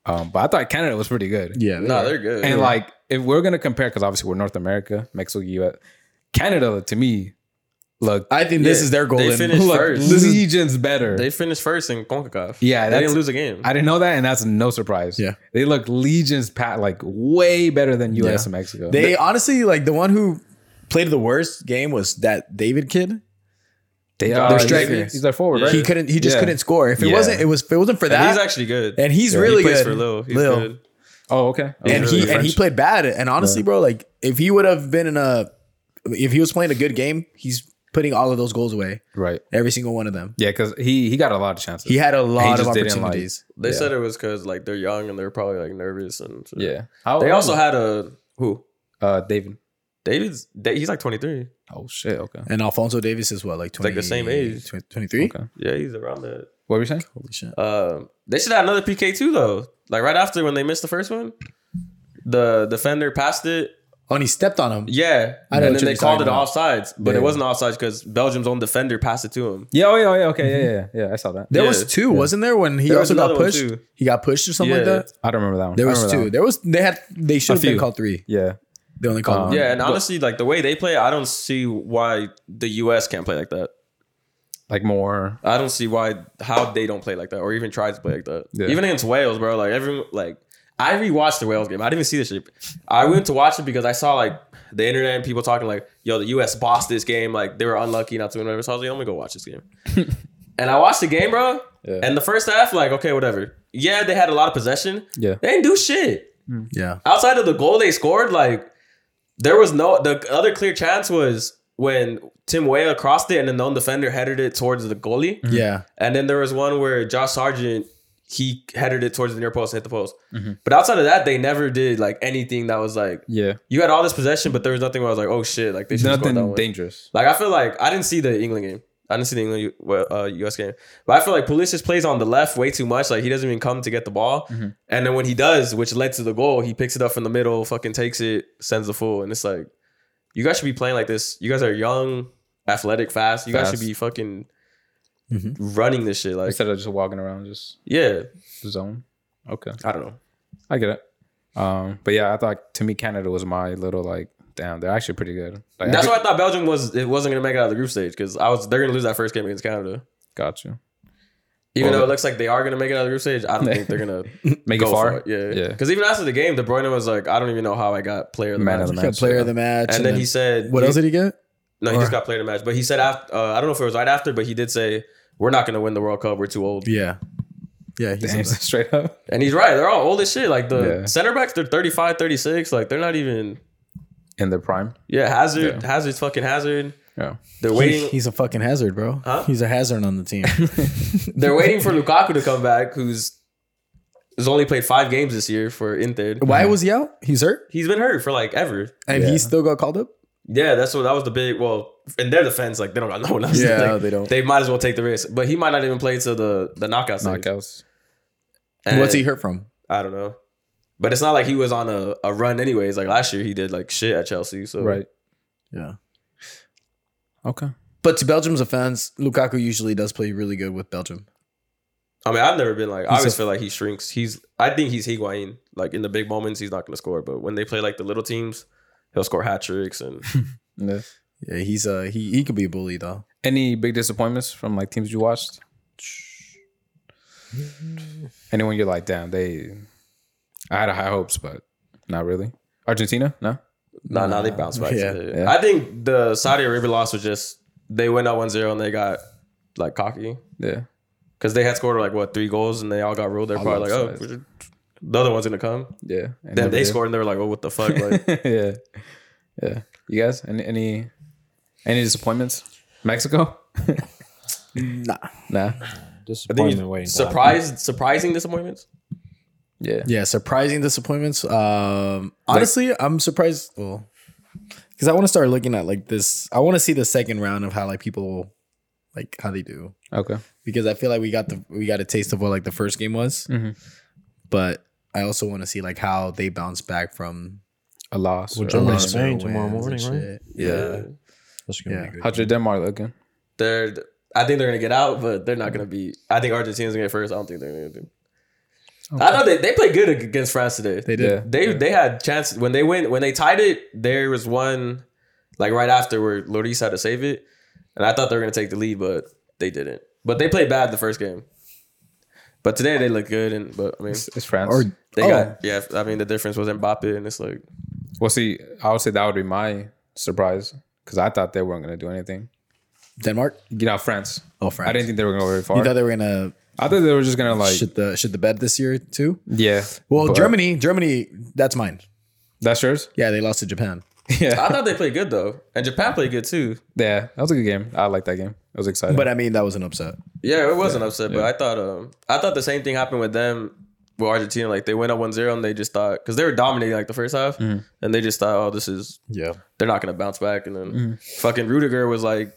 Speaker 1: Um, but I thought Canada was pretty good.
Speaker 4: yeah.
Speaker 2: no, they're good.
Speaker 1: and like if we're gonna compare, because obviously we're North America, Mexico, U.S., Canada to me look
Speaker 4: I think this
Speaker 2: Yeah,
Speaker 4: is their golden.
Speaker 2: They finished
Speaker 1: look
Speaker 2: first.
Speaker 1: legions better.
Speaker 2: They finished first in CONCACAF.
Speaker 1: Yeah,
Speaker 2: they
Speaker 1: that's-
Speaker 2: didn't lose a game.
Speaker 1: I didn't know that, and that's no surprise.
Speaker 4: Yeah.
Speaker 1: they look legions pat like way better than U.S.
Speaker 4: Yeah.
Speaker 1: and Mexico.
Speaker 4: They honestly like the one who played the worst game was that David kid.
Speaker 1: they
Speaker 4: they're
Speaker 1: are
Speaker 4: strikers.
Speaker 1: He's, he's their forward, right?
Speaker 4: He couldn't. He just
Speaker 1: Yeah.
Speaker 4: couldn't score. If it
Speaker 1: Yeah.
Speaker 4: wasn't, it was. If it wasn't for
Speaker 2: And
Speaker 4: that,
Speaker 2: he's actually good.
Speaker 4: and he's
Speaker 1: Yeah, he
Speaker 4: really
Speaker 2: he plays
Speaker 4: good.
Speaker 2: for Lil. He's
Speaker 4: Lil.
Speaker 2: good.
Speaker 1: Oh, okay.
Speaker 4: and
Speaker 2: really
Speaker 4: he and he
Speaker 2: French.
Speaker 4: played bad. And honestly, bro, like if he would have been in a, if he was playing a good game, he's putting all of those goals away,
Speaker 1: right.
Speaker 4: every single one of them.
Speaker 1: Yeah, because he he got a lot of chances.
Speaker 4: He had a lot of
Speaker 1: just didn't, like-
Speaker 4: opportunities.
Speaker 2: They
Speaker 1: Yeah.
Speaker 2: said it was because like they're young and they're probably like nervous and shit. Oh.
Speaker 1: yeah. How
Speaker 2: They
Speaker 1: old
Speaker 2: also
Speaker 1: is-
Speaker 2: had a who
Speaker 1: uh David.
Speaker 2: David's. Da- He's like twenty three.
Speaker 1: Oh shit. Okay.
Speaker 4: and Alfonso Davis is what, like twenty,
Speaker 2: like the same age.
Speaker 4: 23?
Speaker 1: Okay.
Speaker 2: Yeah, he's around that.
Speaker 1: What were you saying?
Speaker 4: Holy shit!
Speaker 2: Um, they should have another PK too though. Like right after when they missed the first one, the defender passed it.
Speaker 4: Oh, and he stepped on him.
Speaker 2: Yeah,
Speaker 4: I know
Speaker 2: and
Speaker 4: what
Speaker 2: then
Speaker 4: you're
Speaker 2: they called it
Speaker 4: talking about.
Speaker 2: offsides, but
Speaker 1: Yeah.
Speaker 2: it wasn't offsides because Belgium's own defender passed it to him.
Speaker 1: Yeah. Oh yeah. oh, yeah okay. Yeah. Yeah. Yeah. yeah, I saw that.
Speaker 4: There
Speaker 2: Yeah.
Speaker 4: was two, wasn't there? When he
Speaker 2: There was
Speaker 4: also got
Speaker 2: another one,
Speaker 4: pushed,
Speaker 2: too.
Speaker 4: he got pushed or something like
Speaker 2: Yeah.
Speaker 4: that.
Speaker 1: I don't remember that one.
Speaker 4: There
Speaker 1: I
Speaker 4: was
Speaker 1: remember
Speaker 4: two. There was they had they should have been
Speaker 1: few.
Speaker 4: called three.
Speaker 1: that one.
Speaker 4: They only called
Speaker 1: Um,
Speaker 4: one.
Speaker 2: Uh-huh. Yeah, and honestly, like the way they play, I don't see why the U.S. can't play like that.
Speaker 1: Yeah. Like more.
Speaker 2: I don't see why how they don't play like that or even try to play like that.
Speaker 1: Yeah.
Speaker 2: Even against Wales, bro. Like everyone, like I rewatched the Wales game. I didn't even see this shit. I went to watch it because I saw like the internet and people talking like, "Yo, the U.S. bossed this game. Like they were unlucky not to win whatever." So I was like, "I'm gonna go watch this game." and I watched the game, bro.
Speaker 3: Yeah.
Speaker 2: And the first half, like, okay, whatever. Yeah, they had a lot of possession.
Speaker 1: Yeah.
Speaker 2: They didn't do shit
Speaker 4: Yeah.
Speaker 2: outside of the goal they scored, like there was no the other clear chance was when Tim Weah crossed it and the known defender headed it towards the
Speaker 1: Mm-hmm.
Speaker 2: goalie.
Speaker 4: Yeah.
Speaker 2: And then there was one where Josh Sargent he headed it towards the near post and hit the post. But outside of that, they never did like anything that was like
Speaker 1: Yeah.
Speaker 2: you had all this possession, but there was nothing where I was like, oh shit, like they should have scored that
Speaker 1: Nothing
Speaker 2: one.
Speaker 1: dangerous.
Speaker 2: Like I feel like I didn't see the England game. I didn't see the England U- well, uh, U.S. game, but I feel like Pulisic plays on the left way too much. Like he doesn't even come to get the ball, and then when he does, which led to the goal, he picks it up from the middle, fucking takes it, sends the full, and it's like, you guys should be playing like this. You guys are young, athletic, fast. Mm-hmm. You guys
Speaker 1: Fast.
Speaker 2: should be fucking
Speaker 4: Mhm.
Speaker 2: running this shit. Like
Speaker 1: Instead of just walking around just
Speaker 2: yeah,
Speaker 1: the zone. Okay.
Speaker 2: I don't know.
Speaker 1: I get it. Um, but yeah, I thought to me Canada was my little like damn, they're actually pretty good. Like,
Speaker 2: That's
Speaker 1: I
Speaker 2: why I thought Belgium was it wasn't gonna make it out of the group stage because I was they're gonna lose that first game against Canada.
Speaker 1: got you.
Speaker 2: Even
Speaker 1: Well,
Speaker 2: though it looks like they are gonna make it out of the group stage, I don't think they're gonna
Speaker 1: Make it
Speaker 2: go
Speaker 1: far.
Speaker 2: for it. Yeah,
Speaker 1: Yeah.
Speaker 2: Because even after the game, De Bruyne was like, "I don't even know how I got player of the
Speaker 1: Man
Speaker 2: match."
Speaker 1: of the
Speaker 4: He
Speaker 1: match.
Speaker 4: got player of the match.
Speaker 2: and, then, he said,
Speaker 4: what
Speaker 2: he-
Speaker 4: else did he get?
Speaker 2: No, he just
Speaker 4: or-
Speaker 2: got player of the match. But he said, after, uh, "I don't know if it was right after, but he did say." We're not gonna win the World Cup. We're too old,
Speaker 4: Yeah. Yeah. He
Speaker 1: Damn,
Speaker 4: said that.
Speaker 1: straight up.
Speaker 2: and he's right. They're all old as shit. Like the
Speaker 1: Yeah.
Speaker 2: center backs, they're 35, 36. Like they're not even.
Speaker 1: In their prime.
Speaker 2: Yeah, Hazard, Hazard's fucking Hazard.
Speaker 1: Yeah.
Speaker 2: They're
Speaker 4: He-
Speaker 2: waiting.
Speaker 4: he's a fucking hazard, bro.
Speaker 2: Huh?
Speaker 4: He's a hazard on the team.
Speaker 2: they're waiting for Lukaku to come back, who's has only played five games this year for Inter.
Speaker 4: Why was he out? He's hurt,
Speaker 2: He's been hurt for like ever.
Speaker 4: and
Speaker 1: Yeah.
Speaker 4: he still got called up.
Speaker 2: Yeah, that's what that was the big. Well, in their defense, like they don't got no one else.
Speaker 4: Yeah,
Speaker 2: Like,
Speaker 4: they don't.
Speaker 2: They might as well take the risk. But he might not even play to the the knockout stage.
Speaker 1: Knockouts.
Speaker 2: And
Speaker 4: What's he hurt from?
Speaker 2: I don't know. But it's not like he was on a, a run anyways. Like last year, he did like shit at Chelsea. So
Speaker 1: Right.
Speaker 4: Yeah.
Speaker 1: Okay.
Speaker 4: But to Belgium's offense, Lukaku usually does play really good with Belgium.
Speaker 2: I mean, I've never been like. I
Speaker 4: He's
Speaker 2: always
Speaker 4: a-
Speaker 2: feel like he shrinks. He's. I think he's Higuain. Like in the big moments, he's not going to score. But when they play like the little teams, he'll score hat tricks and
Speaker 1: Yeah.
Speaker 4: Yeah, he's uh he he could be a bully though.
Speaker 1: Any big disappointments from like teams you watched? Anyone you're like, damn, they I had high hopes, but not really. Argentina? No?
Speaker 2: No, no, they bounce back. Yeah,
Speaker 4: Yeah.
Speaker 2: yeah.
Speaker 1: Yeah.
Speaker 2: I think the Saudi Arabia loss was just they went up 1-0 and they got like cocky
Speaker 1: Yeah.
Speaker 2: because they had scored like what three goals and they all got ruled. They're probably like,
Speaker 1: love
Speaker 2: oh, we're- the other one's gonna come.
Speaker 1: Yeah. And
Speaker 2: Then they
Speaker 1: never
Speaker 2: scored and they were like, oh, what the fuck?
Speaker 1: did.
Speaker 2: Like,
Speaker 1: yeah. Yeah. You guys? Any any any disappointments? Mexico?
Speaker 4: Nah.
Speaker 1: Nah.
Speaker 3: Disappointment waiting. to happen.
Speaker 2: surprise, surprising disappointments.
Speaker 1: Yeah.
Speaker 4: Yeah, surprising disappointments. Um honestly, I'm surprised well cuz I want to start looking at like this I want to see the second round of how like people like how they do
Speaker 1: Okay.
Speaker 4: because I feel like we got the we got a taste of what like the first game was.
Speaker 1: Mhm.
Speaker 4: But I also want to see like how they bounce back from
Speaker 1: A loss.
Speaker 3: Which
Speaker 1: or a
Speaker 3: I'm
Speaker 1: win.
Speaker 3: not- Spain tomorrow
Speaker 4: wins and
Speaker 3: morning, right?
Speaker 4: shit. Yeah.
Speaker 3: That's gonna
Speaker 4: Yeah.
Speaker 3: be good.
Speaker 1: How's your Denmark looking?
Speaker 2: They're, I think they're gonna get out, but they're not gonna be. I think Argentina's gonna get first. I don't think they're gonna do. I know they they played good against France today.
Speaker 4: They did.
Speaker 1: Yeah.
Speaker 2: They they had chances when they went when they tied it. There was one like right after where Loris had to save it, and I thought they were gonna take the lead, but they didn't. But they played bad the first game. But today they look good, and but I mean
Speaker 1: It's France.
Speaker 4: Or
Speaker 2: they
Speaker 4: oh,
Speaker 2: got yeah. I mean the difference was Mbappe, and it's like
Speaker 1: Well, see, I would say that would be my surprise because I thought they weren't going to do anything.
Speaker 4: Denmark?
Speaker 1: You know, France.
Speaker 4: Oh, France.
Speaker 1: I didn't think they were going to go very far.
Speaker 4: you thought they were going to
Speaker 1: I thought they were just going to like,
Speaker 4: shit the shit the bed this year too?
Speaker 1: yeah.
Speaker 4: Well,
Speaker 1: But-
Speaker 4: Germany, Germany, that's mine.
Speaker 1: That's yours.
Speaker 4: Yeah, they lost to Japan.
Speaker 2: I
Speaker 1: yeah,
Speaker 2: thought they played good though, and Japan played good too.
Speaker 1: yeah. That was a good game. I like that game. It was exciting.
Speaker 4: But I mean, that was an upset.
Speaker 2: Yeah, it was an upset, but I thought um I thought the same thing happened with them with Argentina. Like they went up 1-0 and they just thought because they were dominating like the first half,
Speaker 1: Mm-hmm.
Speaker 2: and they just thought, oh, this is
Speaker 4: Yeah.
Speaker 2: they're not gonna bounce back. And then fucking Rudiger was like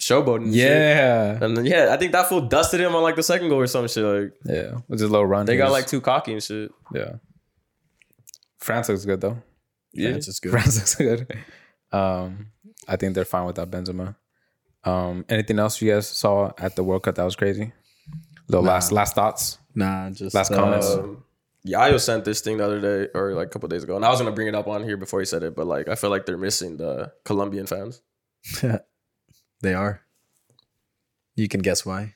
Speaker 2: showboating. and um, shit.
Speaker 1: Mm-hmm. yeah,
Speaker 2: And then yeah, I think that fool dusted him on like the second goal or some shit. Like
Speaker 1: yeah. It was a little run.
Speaker 2: they
Speaker 1: He
Speaker 2: got
Speaker 1: was-
Speaker 2: like too cocky and shit.
Speaker 1: yeah. France looks good though.
Speaker 4: Yeah, it's just good.
Speaker 1: France looks good. Um, I think they're fine without Benzema. Um, anything else you guys saw at the World Cup that was crazy? The last last thoughts.
Speaker 4: Nah, just uh,
Speaker 1: Last comments.
Speaker 2: Um, Yayo sent this thing the other day or like a couple days ago, and I was gonna bring it up on here before he said it, but like I feel like they're missing the Colombian fans.
Speaker 4: they are. You can guess why.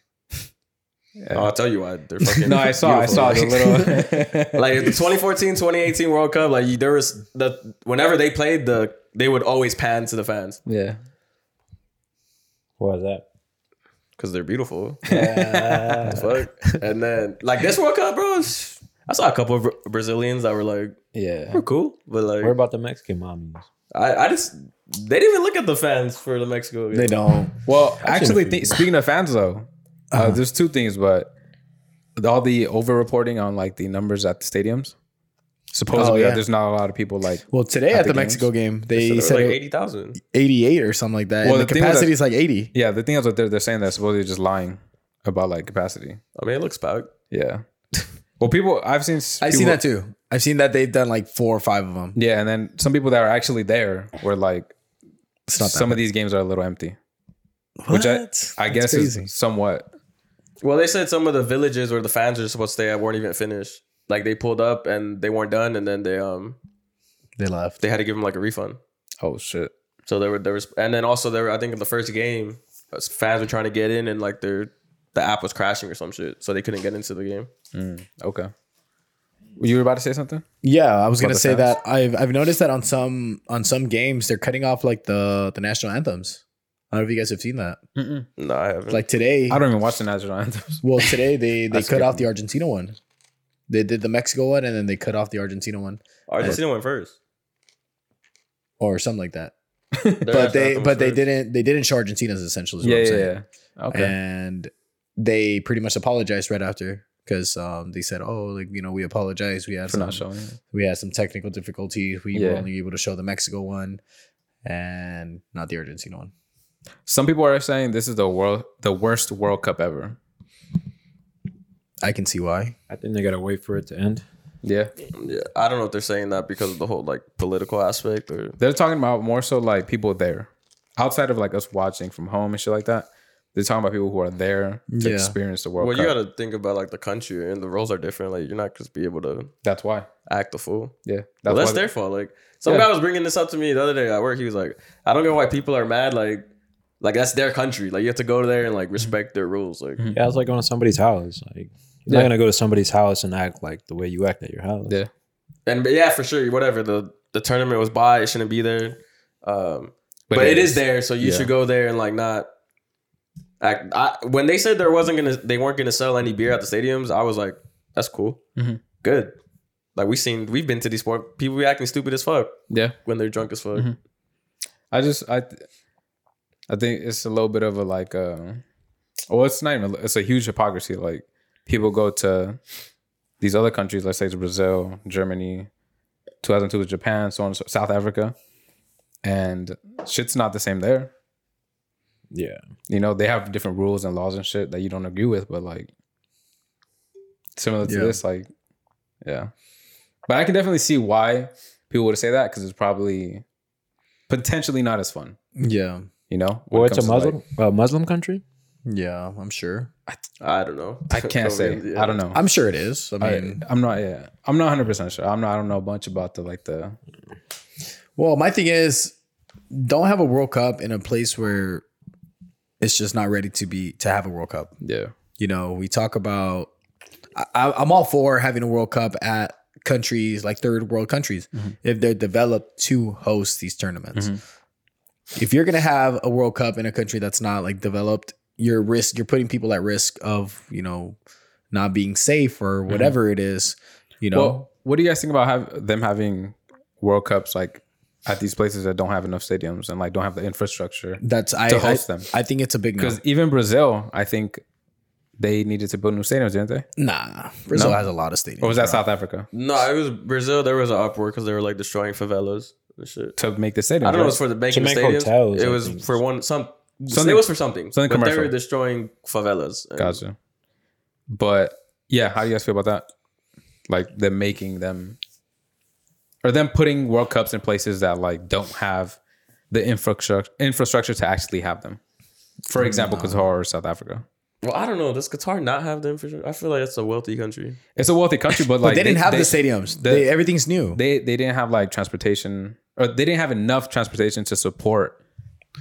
Speaker 1: Yeah.
Speaker 2: I'll tell Oh, you why they're fucking.
Speaker 1: no, I saw, I
Speaker 2: beautiful.
Speaker 1: saw the little.
Speaker 2: like the 2014 2018 world cup like you, there was the whenever they played the they would always pan to the fans
Speaker 1: yeah,
Speaker 3: Why is that?
Speaker 2: because they're beautiful
Speaker 3: uh,
Speaker 2: The fuck? and then like this world cup bro it's- i saw a couple of Bra- brazilians that were like
Speaker 1: yeah.
Speaker 2: we're cool but like
Speaker 3: What about the Mexican mommies?
Speaker 2: I, I just they didn't even look at the fans for the mexico game.
Speaker 4: They don't.
Speaker 1: Well,
Speaker 3: I've seen
Speaker 1: actually,
Speaker 3: a
Speaker 1: th-
Speaker 3: few.
Speaker 1: speaking of fans, though, uh,
Speaker 4: Uh-huh.
Speaker 1: there's two things, but all the over reporting on like the numbers at the stadiums. Supposedly,
Speaker 4: Oh, yeah.
Speaker 1: that there's not a lot of people like.
Speaker 4: Well, today
Speaker 1: At
Speaker 4: at,
Speaker 1: the
Speaker 4: the,
Speaker 1: games?
Speaker 4: Mexico game,
Speaker 2: So
Speaker 4: they
Speaker 2: there was
Speaker 4: said
Speaker 2: like
Speaker 4: it-
Speaker 2: 80000
Speaker 4: 88 or something like that.
Speaker 1: Well,
Speaker 4: and
Speaker 1: the
Speaker 4: the
Speaker 1: thing was
Speaker 4: capacity is like 80.
Speaker 1: Yeah, the thing is that they're, they're saying that supposedly just lying about like capacity.
Speaker 2: i mean it looks bad
Speaker 1: Yeah. Well, people I've seen. s-
Speaker 4: I've seen
Speaker 1: people-
Speaker 4: that too. I've seen that they've done like four or five of them.
Speaker 1: Yeah, and then some people that are actually there were like,
Speaker 4: It's not that
Speaker 1: some of these games are a little empty, which I I guess is somewhat.
Speaker 2: well they said some of the villages where the fans are supposed to stay at weren't even finished like they pulled up and they weren't done and then they um
Speaker 4: they left.
Speaker 2: they had to give them like a refund
Speaker 1: Oh shit.
Speaker 2: So there were there was, and then also there. Were, I think in the first game, uh, fans were trying to get in, and like their the app was crashing or some shit, so they couldn't get into the game.
Speaker 1: Mm, Okay. You were about to say something?
Speaker 4: Yeah, I was gonna
Speaker 1: the
Speaker 4: say
Speaker 1: fans?
Speaker 4: that I've I've noticed that on some on some games they're cutting off like the the national anthems. I don't know if you guys have seen that.
Speaker 1: Mm-mm.
Speaker 2: No, I haven't.
Speaker 4: Like today,
Speaker 1: I don't even watch the national anthems.
Speaker 4: well today they
Speaker 1: I
Speaker 4: they
Speaker 1: skipped
Speaker 4: cut off the Argentina one. They did the Mexico one and then they cut off the Argentina one
Speaker 2: Argentina went first,
Speaker 4: or something like that.
Speaker 2: Their national
Speaker 4: but they
Speaker 2: anthem
Speaker 4: but
Speaker 2: was
Speaker 4: they
Speaker 2: first.
Speaker 4: didn't they didn't show Argentina's essentials. is what
Speaker 1: Yeah,
Speaker 4: I'm
Speaker 1: yeah,
Speaker 4: saying.
Speaker 1: yeah. Okay.
Speaker 4: and they pretty much apologized right after because um, they said, "Oh, like you know, we apologize. We had
Speaker 1: for
Speaker 4: some,
Speaker 1: not showing it.
Speaker 4: we had some technical difficulties. We
Speaker 1: Yeah.
Speaker 4: were only able to show the Mexico one and not the Argentina one."
Speaker 1: Some people are saying this is the world, the worst World Cup ever.
Speaker 4: I can see why.
Speaker 3: I think they gotta wait for it to end.
Speaker 1: Yeah,
Speaker 2: Yeah, I don't know if they're saying that because of the whole like political aspect or
Speaker 1: they're talking about more so like people there, outside of like us watching from home and shit like that. They're talking about people who are there to
Speaker 4: Yeah.
Speaker 1: experience the World
Speaker 2: well, you
Speaker 1: Cup.
Speaker 2: got to think about like the country and the roles are different. Like you're not just be able to
Speaker 1: that's why.
Speaker 2: act a fool.
Speaker 1: Yeah, that's,
Speaker 2: Well, that's
Speaker 1: why
Speaker 2: their fault. Like some
Speaker 1: Yeah.
Speaker 2: guy was bringing this up to me the other day at work. He was like, "I don't know why people are mad. Like, like that's their country. Like you have to go there and like respect their rules. Like."
Speaker 4: Mm-hmm.
Speaker 3: Yeah, it's like going to somebody's house. Like you're
Speaker 1: Yeah.
Speaker 3: not gonna go to somebody's house and act like the way you act at your house.
Speaker 1: Yeah.
Speaker 2: And but yeah, for sure, whatever the the tournament was by, it shouldn't be there. Um, but, it is. there, so you
Speaker 1: Yeah.
Speaker 2: should go there and like not. Act, I, when they said there wasn't gonna, they weren't gonna sell any beer at the stadiums. I was like, that's cool,
Speaker 1: Mhm.
Speaker 2: good. Like we seen, we've been to these sport. People be acting stupid as fuck
Speaker 1: Yeah,
Speaker 2: when they're drunk as fuck.
Speaker 1: Mhm. I just I, th- I think it's a little bit of a like, um, well, it's not even. It's a huge hypocrisy. Like people go to these other countries, let's say to Brazil, Germany, 2002 was Japan, so on, and so, South Africa, and shit's not the same there.
Speaker 3: Yeah.
Speaker 1: you know they have different rules and laws and shit that you don't agree with but like similar to
Speaker 4: Yeah.
Speaker 1: this like yeah but i can definitely see why people would say that because it's probably potentially not as fun
Speaker 4: Yeah,
Speaker 1: you know when
Speaker 3: Well,
Speaker 1: it
Speaker 3: it's a
Speaker 1: comes to, like-
Speaker 3: Muslim a Muslim country.
Speaker 4: yeah, I'm sure.
Speaker 2: I don't know.
Speaker 1: i can't say
Speaker 2: Yeah.
Speaker 1: i don't know
Speaker 4: I'm sure it is. I
Speaker 1: I,
Speaker 4: mean,
Speaker 1: i'm not yeah i'm not 100% sure i'm not i don't know much about the like the
Speaker 4: well, my thing is, don't have a World Cup in a place where it's just not ready to be to have a World Cup.
Speaker 1: yeah
Speaker 4: you know, we talk about. I- I, I'm all for having a World Cup at countries like third world countries
Speaker 1: Mhm.
Speaker 4: if they're developed to host these tournaments.
Speaker 1: Mhm.
Speaker 4: If you're gonna have a World Cup in a country that's not like developed, you're risk you're putting people at risk of you know not being safe or whatever it is. You know,
Speaker 1: Mm-hmm. well what do you guys think about have them having world cups like at these places that don't have enough stadiums and like don't have the infrastructure
Speaker 4: that's I
Speaker 1: to
Speaker 4: I,
Speaker 1: host them
Speaker 4: I think it's a big no.
Speaker 1: Because even Brazil, I think they needed to build new stadiums, didn't they?
Speaker 4: Nah, Brazil
Speaker 1: No?
Speaker 4: has a lot of stadiums.
Speaker 1: Or was that
Speaker 4: bro.
Speaker 1: South Africa
Speaker 2: No, it was Brazil. There was an uproar because they were like destroying favelas and shit.
Speaker 1: to make the stadium?
Speaker 2: I don't know. It was for the banking
Speaker 3: make
Speaker 2: stadiums.
Speaker 3: hotels,
Speaker 2: it
Speaker 3: I
Speaker 2: was
Speaker 3: think.
Speaker 2: for one some.
Speaker 1: Something-
Speaker 2: it was for something.
Speaker 1: something
Speaker 2: but They
Speaker 1: commercial.
Speaker 2: were destroying favelas. and-
Speaker 1: Gotcha. But yeah, how do you guys feel about that? Like them making them, or them putting World Cups in places that like don't have the infrastructure infrastructure to actually have them. For example, Qatar or South Africa.
Speaker 2: Well, I don't know. Does Qatar not have the infrastructure? I feel like that's a wealthy country.
Speaker 1: It's a wealthy country, but
Speaker 4: But
Speaker 1: like
Speaker 4: they didn't have the stadiums.
Speaker 1: the-
Speaker 4: they, everything's new.
Speaker 1: They they didn't have like transportation, or they didn't have enough transportation to support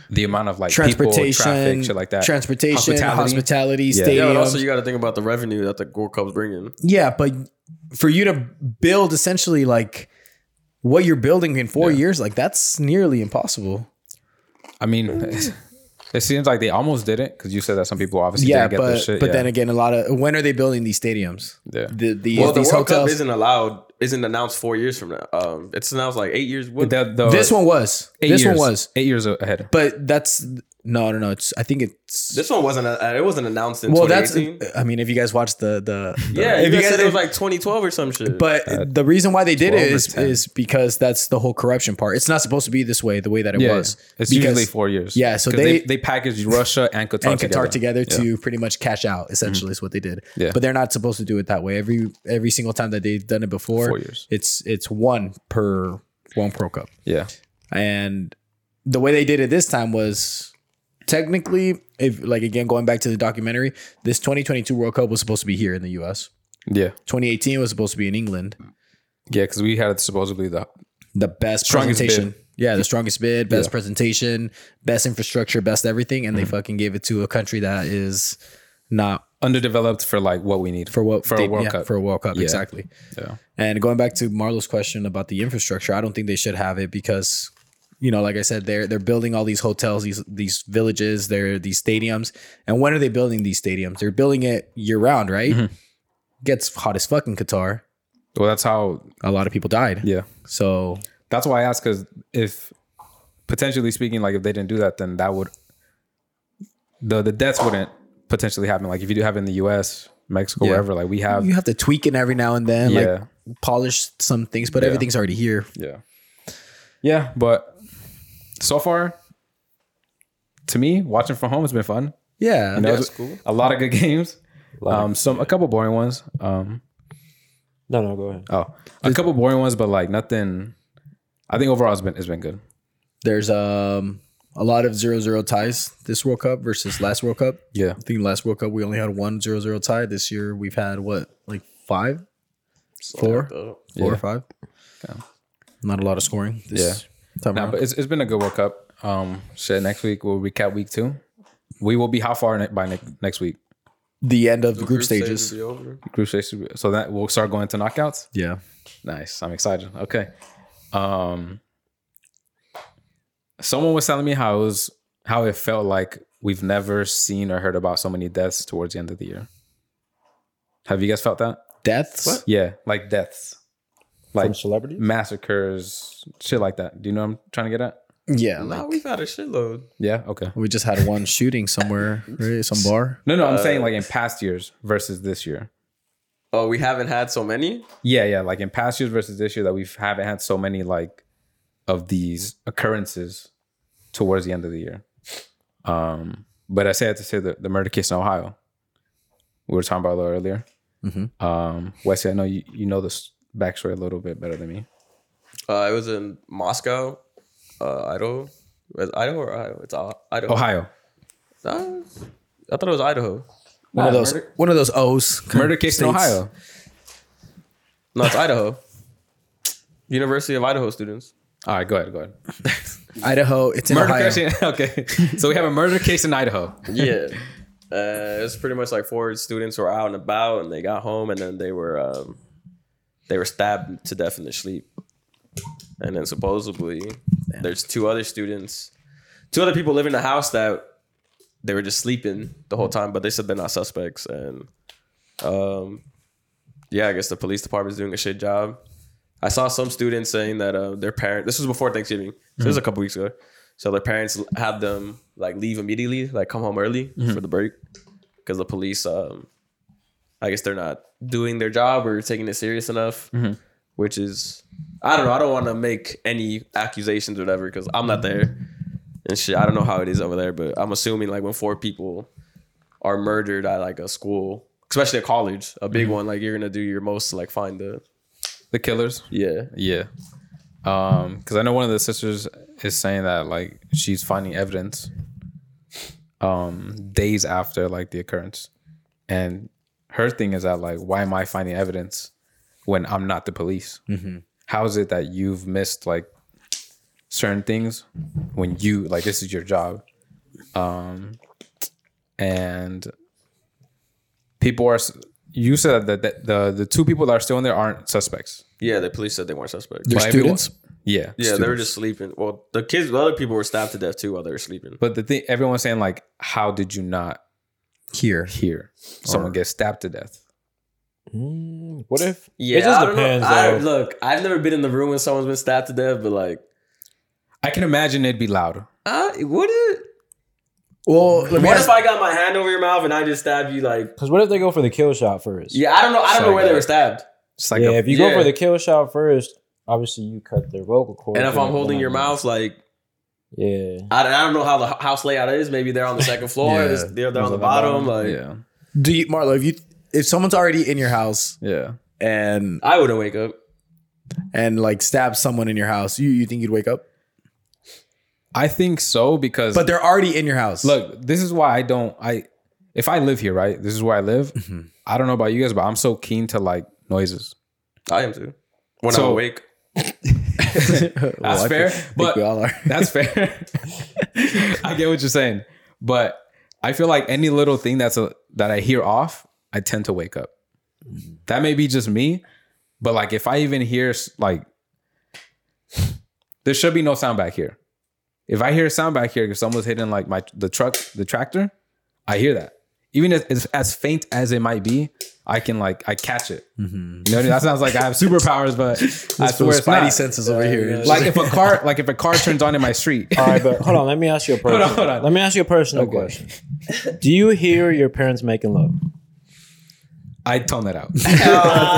Speaker 1: the amount of like
Speaker 4: transportation,
Speaker 1: people, traffic, shit like that.
Speaker 4: transportation, hospitality,
Speaker 1: Hospitality. Yeah.
Speaker 2: Yeah,
Speaker 4: stadium.
Speaker 2: but also you got to think about the revenue that the Gold Cup's bringing.
Speaker 4: Yeah, but for you to build essentially like what you're building in four years, like that's nearly impossible.
Speaker 1: I mean, it seems like they almost did it because you said that some people obviously
Speaker 4: yeah,
Speaker 1: didn't get
Speaker 4: but
Speaker 1: their shit.
Speaker 4: but
Speaker 1: yeah.
Speaker 4: then again, a lot of when are they building these stadiums?
Speaker 1: Yeah.
Speaker 4: The, the
Speaker 2: Well, the
Speaker 4: these
Speaker 2: World Cup
Speaker 4: hotels.
Speaker 2: isn't allowed, isn't announced four years from now. Um, it's announced like eight years. What,
Speaker 1: The- the-
Speaker 4: this one was.
Speaker 1: Oh, eight
Speaker 4: This
Speaker 1: years-
Speaker 4: one was.
Speaker 1: eight years ahead.
Speaker 4: But that's no, no, no. It's I think it's
Speaker 2: this one wasn't. Uh, it wasn't announced in
Speaker 4: well. That's
Speaker 2: 2018.
Speaker 4: I mean, if you guys watched the the, the-
Speaker 2: yeah,
Speaker 4: if
Speaker 2: you guys said it was
Speaker 4: if-
Speaker 2: like 2012 or some shit.
Speaker 4: But the reason why they did
Speaker 1: 12
Speaker 4: it
Speaker 1: or
Speaker 4: is
Speaker 1: 10.
Speaker 4: is because that's the whole corruption part. It's not supposed to be this way, the way that it
Speaker 1: Yeah,
Speaker 4: was.
Speaker 1: it's
Speaker 4: Because-
Speaker 1: usually four years.
Speaker 4: yeah, so
Speaker 1: 'Cause
Speaker 4: they-
Speaker 1: they they packaged Russia and Qatar
Speaker 4: and
Speaker 1: together.
Speaker 4: Qatar together, to pretty much cash out. Essentially, is what they did.
Speaker 1: Yeah.
Speaker 4: But they're not supposed to do it that way. Every every single time that they've done it before,
Speaker 1: Four years.
Speaker 4: it's it's one per one Pro Cup.
Speaker 1: Yeah,
Speaker 4: And the way they did it this time was technically, if like again going back to the documentary, this 2022 World Cup was supposed to be here in the U.S.
Speaker 1: yeah,
Speaker 4: 2018 was supposed to be in England.
Speaker 1: yeah. Because we had supposedly the
Speaker 4: the best
Speaker 1: Strongest
Speaker 4: presentation.
Speaker 1: bid.
Speaker 4: Yeah, the strongest bid, best presentation, best infrastructure, best everything,
Speaker 1: Mm-hmm.
Speaker 4: and they fucking gave it to a country that is not
Speaker 1: underdeveloped for like what we need
Speaker 4: for what
Speaker 1: for
Speaker 4: they-
Speaker 1: a World
Speaker 4: yeah,
Speaker 1: Cup.
Speaker 4: for a World Cup
Speaker 1: Yeah.
Speaker 4: exactly.
Speaker 1: yeah.
Speaker 4: And going back to Marlo's question about the infrastructure, I don't think they should have it because, you know, like I said, they're they're building all these hotels, these these villages, they're these stadiums. And when are they building these stadiums? They're building it year round, right?
Speaker 1: Mm-hmm.
Speaker 4: Gets hot as fuck in Qatar.
Speaker 1: Well, that's how.
Speaker 4: A lot of people died.
Speaker 1: Yeah,
Speaker 4: So
Speaker 1: that's why I asked because if potentially speaking, like if they didn't do that, then that would the the deaths wouldn't potentially happen. Like if you do have it in the U.S., Mexico,
Speaker 4: Yeah.
Speaker 1: wherever, like we have.
Speaker 4: you have to tweak it every now and then, like
Speaker 1: Yeah,
Speaker 4: polish some things, but
Speaker 1: Yeah.
Speaker 4: everything's already here.
Speaker 1: yeah, yeah. But so far, to me, watching from home has been fun.
Speaker 4: Yeah.
Speaker 1: You know,
Speaker 2: that's cool.
Speaker 1: A lot of good games.
Speaker 3: Like,
Speaker 1: um, some a couple boring ones. Um,
Speaker 3: no, no, go ahead.
Speaker 1: oh, a couple boring ones, but like nothing. I think overall it's been it's been good.
Speaker 4: There's um a lot of zero zero ties this World Cup versus last World Cup.
Speaker 1: Yeah,
Speaker 4: I think last World Cup we only had one zero zero tie. This year we've had what, like five? Four? Four or
Speaker 1: Yeah.
Speaker 4: five? Not a lot of scoring this time
Speaker 1: nah,
Speaker 4: around.
Speaker 1: but it's, it's been a good World Cup. Um, shit, next week we'll recap week two. We will be how far ne- by ne- next week?
Speaker 4: the end of the group,
Speaker 2: stage
Speaker 4: stages.
Speaker 2: would be over.
Speaker 1: Group stage. should be- So that we'll start going to knockouts.
Speaker 4: Yeah.
Speaker 1: Nice. I'm excited. Okay. Um, someone was telling me how it was how it felt like we've never seen or heard about so many deaths towards the end of the year. Have you guys felt that?
Speaker 4: Deaths.
Speaker 1: Yeah, like deaths,
Speaker 3: From
Speaker 1: like
Speaker 3: celebrity?
Speaker 1: massacres, shit like that. Do you know what I'm trying to get at?
Speaker 4: Yeah.
Speaker 2: Nah,
Speaker 4: Like
Speaker 2: we've had a shitload.
Speaker 1: Yeah. Okay.
Speaker 4: we just had one shooting somewhere, right? Some bar.
Speaker 1: No, no, I'm saying like in past years versus this year.
Speaker 2: Oh, we haven't had so many.
Speaker 1: Yeah, yeah, like in past years versus this year that we haven't had so many like of these occurrences towards the end of the year. Um, but I say that to say the, the murder case in Ohio, we were talking about a little earlier.
Speaker 4: Mhm.
Speaker 1: Um, Wesley, I know you, you know this backstory a little bit better than me.
Speaker 2: Uh, it was in Moscow, uh, Idaho. Was it Idaho or Idaho? It's uh, Idaho.
Speaker 1: Oh, Ohio
Speaker 2: Uh, I thought it was Idaho.
Speaker 4: One of those one of those O's.
Speaker 1: Uh, murder case in
Speaker 4: States.
Speaker 1: Ohio.
Speaker 2: No, it's Idaho. University of Idaho students.
Speaker 1: All right, go ahead, go ahead.
Speaker 4: Idaho, it's in
Speaker 1: Murder
Speaker 4: Ohio.
Speaker 1: case. In, okay, so we have a murder case in Idaho.
Speaker 2: Yeah. Uh, it was pretty much like four students were out and about, and they got home, and then they were um, they were stabbed to death in their sleep. And then supposedly there's two other students, two other people live in the house that they were just sleeping the whole time, but they said they're not suspects. And um, yeah, I guess the police department's doing a shit job. I saw some students saying that uh, their parents. This was before Thanksgiving. So this was a couple weeks ago. So their parents had them like leave immediately, like come home early for the break, because the police. Um, I guess they're not doing their job or taking it serious enough, which is I don't know. I don't want to make any accusations or whatever because I'm not there and shit. I don't know how it is over there, but I'm assuming like when four people are murdered at like a school, especially a college, a big one, like you're gonna do your most to like find the
Speaker 1: The killers.
Speaker 2: yeah
Speaker 1: Yeah. Um, because I know one of the sisters is saying that like she's finding evidence um days after like the occurrence. And her thing is that like, why am I finding evidence when I'm not the police? How is it that you've missed like certain things when you like this is your job. Um, and people are. s- You said that the, the the two people that are still in there aren't suspects.
Speaker 2: Yeah, the police said they weren't suspects.
Speaker 4: They're
Speaker 1: But everyone-
Speaker 4: students.
Speaker 1: Yeah,
Speaker 2: yeah, they were just sleeping. Well, the kids, the other people were stabbed to death too while they were sleeping.
Speaker 1: But the thing, everyone's saying like, how did you not
Speaker 4: Here,
Speaker 1: hear someone get stabbed to death?
Speaker 3: Mm, what if?
Speaker 2: Yeah,
Speaker 3: it just
Speaker 2: I don't
Speaker 3: depends.
Speaker 2: Know. I,
Speaker 3: though.
Speaker 2: look, I've never been in the room when someone's been stabbed to death, but like,
Speaker 1: I can imagine it'd be loud.
Speaker 2: uh, would it?
Speaker 4: Well, let me
Speaker 2: What
Speaker 4: ask,
Speaker 2: if I got my hand over your mouth and I just stabbed you? Like,
Speaker 3: Because what if they go for the kill shot first?
Speaker 2: yeah, I don't know. I don't
Speaker 1: So
Speaker 2: know where
Speaker 1: good.
Speaker 2: they were stabbed.
Speaker 1: It's like
Speaker 3: yeah,
Speaker 1: a,
Speaker 3: if you
Speaker 2: Yeah.
Speaker 3: go for the kill shot first, obviously you cut their vocal cords.
Speaker 2: And if I'm holding
Speaker 3: then-
Speaker 2: your mouth, like,
Speaker 3: yeah,
Speaker 2: I, I don't know how the h- house layout is. Maybe they're on the second floor.
Speaker 4: Yeah.
Speaker 2: this- They're, they're on the bottom. Like,
Speaker 1: yeah,
Speaker 4: do you, Marlo, if you if someone's already in your house
Speaker 1: yeah.
Speaker 4: and
Speaker 2: I wouldn't wake up.
Speaker 4: and like stab someone in your house, you you think you'd wake up?
Speaker 1: I think so because
Speaker 4: But they're already in your house.
Speaker 1: look, this is why I don't. I if I live here, right? This is where I live.
Speaker 4: Mhm.
Speaker 1: I don't know about you guys, but I'm so keen to like noises.
Speaker 2: I am too. When I'm
Speaker 1: So-
Speaker 2: awake.
Speaker 4: that's
Speaker 1: That's fair, but
Speaker 4: we all are.
Speaker 1: That's fair. I get what you're saying, but I feel like any little thing that's a, that I hear off, I tend to wake up. That may be just me, but like if I even hear s- like, there should be no sound back here. If I hear a sound back here, if someone's hitting like my the truck, the tractor, I hear that. Even if it's as faint as it might be, I can like I catch it. You know, what I mean? that sounds like I have superpowers, but I
Speaker 4: That's
Speaker 1: swear
Speaker 4: what
Speaker 1: it's
Speaker 4: Spidey
Speaker 1: not.
Speaker 4: senses over here.
Speaker 2: yeah.
Speaker 1: Like if a car, like if a car turns on in my street,
Speaker 3: All right, but hold on. Let me ask you a personal.
Speaker 1: on, hold on.
Speaker 3: Let me ask you a personal question. Do you hear your parents making love?
Speaker 1: I tone that out.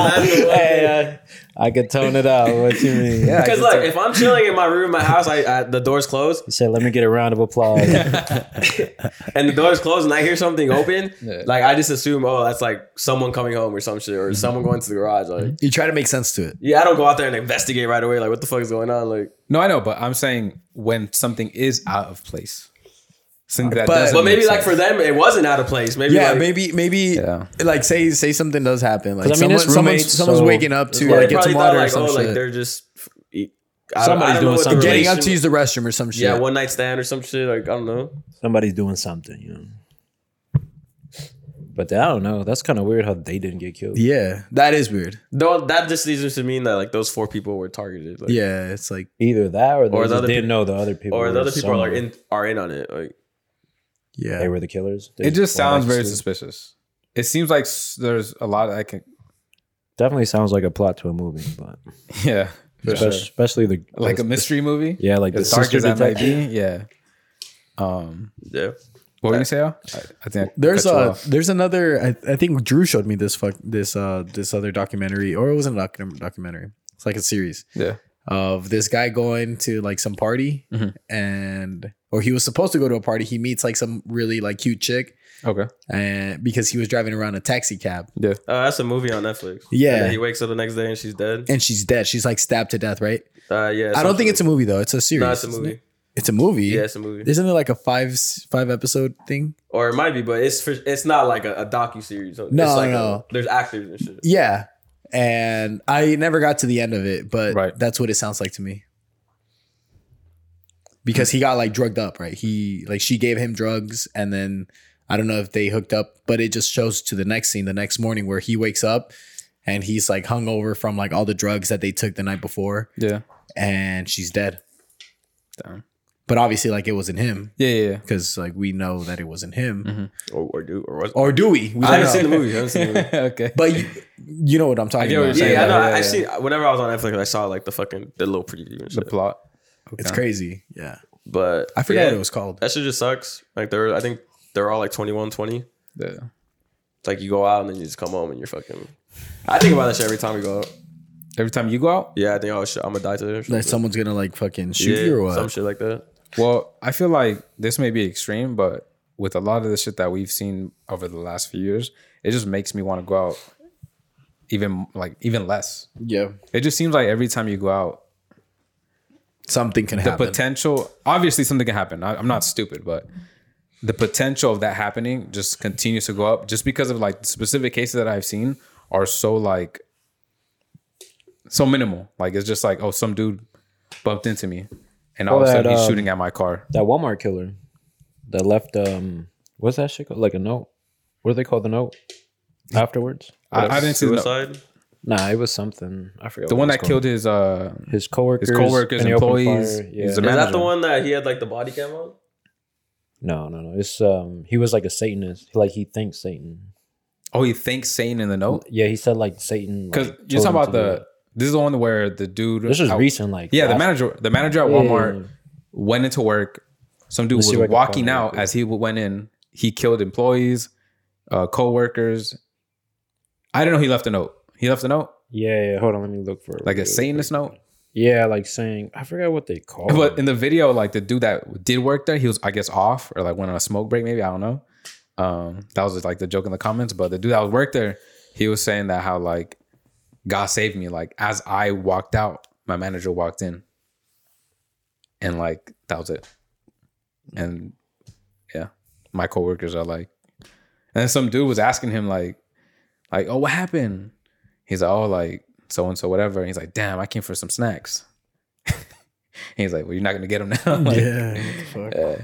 Speaker 3: Hey, I, I could tone it out. What you mean? Yeah.
Speaker 2: Because look, if I'm chilling in my room, in my house, I, I the door's closed,
Speaker 3: You said, let me get a round of applause.
Speaker 2: and the door's closed, and I hear something open. Like I just assume, oh, that's like someone coming home or some shit, or
Speaker 4: Mm-hmm.
Speaker 2: someone going to the garage. Like,
Speaker 4: You try to make sense to it.
Speaker 2: yeah, I don't go out there and investigate right away. Like, what the fuck is going on? Like,
Speaker 1: no, I know, but I'm saying when something is out of place, something that
Speaker 4: But-
Speaker 1: doesn't.
Speaker 2: but maybe
Speaker 1: make
Speaker 2: like for
Speaker 1: sense.
Speaker 2: them, it wasn't out of place. Maybe,
Speaker 4: Yeah,
Speaker 2: like,
Speaker 4: maybe maybe
Speaker 1: Yeah.
Speaker 4: like say say something does happen. Like
Speaker 3: I mean,
Speaker 4: someone,
Speaker 3: it's
Speaker 4: someone's,
Speaker 3: roommates,
Speaker 4: someone's
Speaker 3: so
Speaker 4: waking up to
Speaker 2: they
Speaker 4: like get
Speaker 2: probably
Speaker 4: some
Speaker 2: thought
Speaker 4: water or
Speaker 2: like,
Speaker 4: some
Speaker 2: oh, like
Speaker 4: shit.
Speaker 2: they're just I don't- I
Speaker 3: Somebody's
Speaker 2: don't know
Speaker 3: doing
Speaker 2: what the
Speaker 3: something.
Speaker 4: Getting up
Speaker 2: relation-
Speaker 4: to use the restroom or some shit.
Speaker 2: Yeah, one night stand or some shit. Like I don't know.
Speaker 3: Somebody's doing something, you know. But I don't know. That's kind of weird how they didn't get killed.
Speaker 4: yeah, that is weird.
Speaker 2: Though that just leads us to mean that like those four people were targeted. Like,
Speaker 4: Yeah, it's like
Speaker 3: Either that, or they
Speaker 2: Or the
Speaker 3: just
Speaker 2: other
Speaker 3: didn't
Speaker 2: peop-
Speaker 3: know the other people.
Speaker 2: Or
Speaker 3: were
Speaker 2: the other people are like
Speaker 3: somewhere.
Speaker 2: in are in on it. Like
Speaker 3: They
Speaker 4: yeah,
Speaker 3: were the killers. They
Speaker 1: it just
Speaker 3: went back
Speaker 1: sounds
Speaker 3: to
Speaker 1: very
Speaker 3: sleep.
Speaker 1: suspicious. It seems like s- there's a lot I can.
Speaker 3: Definitely sounds like a plot to a movie, but
Speaker 1: Yeah, for
Speaker 3: especially,
Speaker 1: sure.
Speaker 3: especially the
Speaker 1: like
Speaker 3: the-
Speaker 1: a mystery movie.
Speaker 3: Yeah, like
Speaker 1: as
Speaker 3: the
Speaker 1: dark
Speaker 3: sister
Speaker 1: as that might
Speaker 3: detective.
Speaker 1: be. Yeah. Um,
Speaker 2: yeah.
Speaker 1: what were you gonna say? Al? I, I think I
Speaker 4: there's
Speaker 1: cut you
Speaker 4: a
Speaker 1: off.
Speaker 4: there's another. I, I think Drew showed me this fuck this uh this other documentary or it wasn't a docu- documentary. It's like a series
Speaker 1: yeah.
Speaker 4: of this guy going to like some party
Speaker 1: Mhm.
Speaker 2: Mm-hmm.
Speaker 4: and or he was supposed to go to a party. He meets like some really like cute chick
Speaker 1: Okay.
Speaker 4: and because he was driving around a taxi cab
Speaker 2: Oh, that's a movie on Netflix.
Speaker 4: Yeah.
Speaker 2: And then he wakes up the next day and she's dead.
Speaker 4: and she's dead. She's like stabbed to death, right?
Speaker 2: Uh, yeah.
Speaker 4: I don't think it's a movie though. It's a series.
Speaker 2: No, it's a
Speaker 4: isn't
Speaker 2: movie.
Speaker 4: it? It's a movie.
Speaker 2: Yeah, it's a movie.
Speaker 4: Isn't it like a five five episode thing?
Speaker 2: Or it might be, but it's for, it's not like a, a docu series. No,
Speaker 4: No,
Speaker 2: like
Speaker 4: no.
Speaker 2: A, there's actors and shit.
Speaker 4: Yeah. And I never got to the end of it, but
Speaker 1: Right.
Speaker 4: that's what it sounds like to me. Because he got like drugged up, right? He like she gave him drugs and then I don't know if they hooked up, but it just shows to the next scene the next morning where he wakes up and he's like hungover from like all the drugs that they took the night before
Speaker 1: Yeah.
Speaker 4: and she's dead.
Speaker 1: Damn.
Speaker 4: But obviously like it wasn't him
Speaker 1: Yeah. Yeah. yeah.
Speaker 4: because like we know that it wasn't him.
Speaker 1: Mhm.
Speaker 2: Oh, Or or do or what?
Speaker 4: Or do we? We
Speaker 2: I haven't
Speaker 4: don't
Speaker 2: seen
Speaker 4: know.
Speaker 2: the movie. I haven't seen the movie.
Speaker 1: okay.
Speaker 4: But you, you know what I'm talking
Speaker 1: I get what
Speaker 4: about.
Speaker 1: you're
Speaker 2: Yeah,
Speaker 1: saying.
Speaker 2: yeah, I know.
Speaker 1: Yeah,
Speaker 2: I
Speaker 1: yeah.
Speaker 2: seen whenever I was on Netflix, I saw like the fucking the little preview
Speaker 1: The
Speaker 2: and shit.
Speaker 1: plot.
Speaker 4: It's
Speaker 1: Okay.
Speaker 4: crazy. Yeah.
Speaker 2: But
Speaker 4: I forgot
Speaker 2: yeah,
Speaker 4: what it was called.
Speaker 2: That shit just sucks. Like they're I think they're all like 21, 20.
Speaker 1: Yeah.
Speaker 2: It's like you go out and then you just come home and you're fucking. I think about that shit every time we go out.
Speaker 1: Every time you go out,
Speaker 2: Yeah, I think oh shit, I'm gonna die today. or
Speaker 4: Like
Speaker 2: something.
Speaker 4: someone's gonna like fucking shoot
Speaker 2: yeah,
Speaker 4: you or what?
Speaker 2: some shit like that.
Speaker 1: Well, I feel like this may be extreme, but with a lot of the shit that we've seen over the last few years, it just makes me want to go out even like even less.
Speaker 4: yeah.
Speaker 1: It just seems like every time you go out,
Speaker 4: Something can
Speaker 1: the
Speaker 4: happen.
Speaker 1: potential obviously something can happen. I, I'm not stupid, but the potential of that happening just continues to go up just because of like the specific cases that I've seen are so like so minimal. Like it's just like, oh, some dude bumped into me. and all of a
Speaker 3: Well,
Speaker 1: sudden
Speaker 3: that,
Speaker 1: he's
Speaker 3: um,
Speaker 1: shooting at my car.
Speaker 3: That Walmart killer that left um what's that shit called? Like a note. What do they call the note? Afterwards?
Speaker 1: I, I didn't see the,
Speaker 2: suicide.
Speaker 3: Nah, it was something. I forgot.
Speaker 1: the
Speaker 3: what
Speaker 1: one
Speaker 3: it was
Speaker 1: that killed his uh
Speaker 3: called. his coworkers.
Speaker 1: his coworkers,
Speaker 3: and he opened
Speaker 1: employees.
Speaker 3: fire. Yeah.
Speaker 1: He's a
Speaker 2: Is that
Speaker 1: manager.
Speaker 2: the one that he had like the body cam on?
Speaker 3: No, no, no. It's um he was like a Satanist. Like he thinks Satan.
Speaker 1: Oh, he thinks Satan in the note
Speaker 3: Yeah, Oh, he said like Satan.
Speaker 1: because
Speaker 3: like,
Speaker 1: you're
Speaker 3: told
Speaker 1: talking
Speaker 3: him
Speaker 1: about
Speaker 3: to do
Speaker 1: the. This is the one where the dude.
Speaker 3: that. This was
Speaker 1: at-
Speaker 3: recent, like
Speaker 1: Yeah, the
Speaker 3: last-
Speaker 1: manager, the manager at
Speaker 3: Yeah, yeah,
Speaker 1: Walmart
Speaker 3: yeah.
Speaker 1: went into work. Some dude
Speaker 3: Let's see
Speaker 1: was
Speaker 3: what I can
Speaker 1: walking
Speaker 3: find real
Speaker 1: out
Speaker 3: quick.
Speaker 1: as he went in. He killed employees, uh, co-workers. I didn't know he left a note. He left a note,
Speaker 3: Yeah, yeah. Hold on, let me look for it.
Speaker 1: like
Speaker 3: real
Speaker 1: a Satanist
Speaker 3: quick.
Speaker 1: note.
Speaker 3: Yeah, like saying I forgot what they call.
Speaker 1: But
Speaker 3: But
Speaker 1: in the video, like the dude that did work there, he was, I guess, off or like went on a smoke break, maybe. I don't know. Um, that was just like the joke in the comments. But the dude that worked there, he was saying that how like God saved me. Like as I walked out, my manager walked in. And like that was it. And yeah, my coworkers are like, and then some dude was asking him like, like, oh, what happened? He's like, oh, like so and so, whatever. And he's like, damn, I came for some snacks. And he's like, well, you're not gonna get them now. Like,
Speaker 4: yeah. Fuck.
Speaker 1: uh,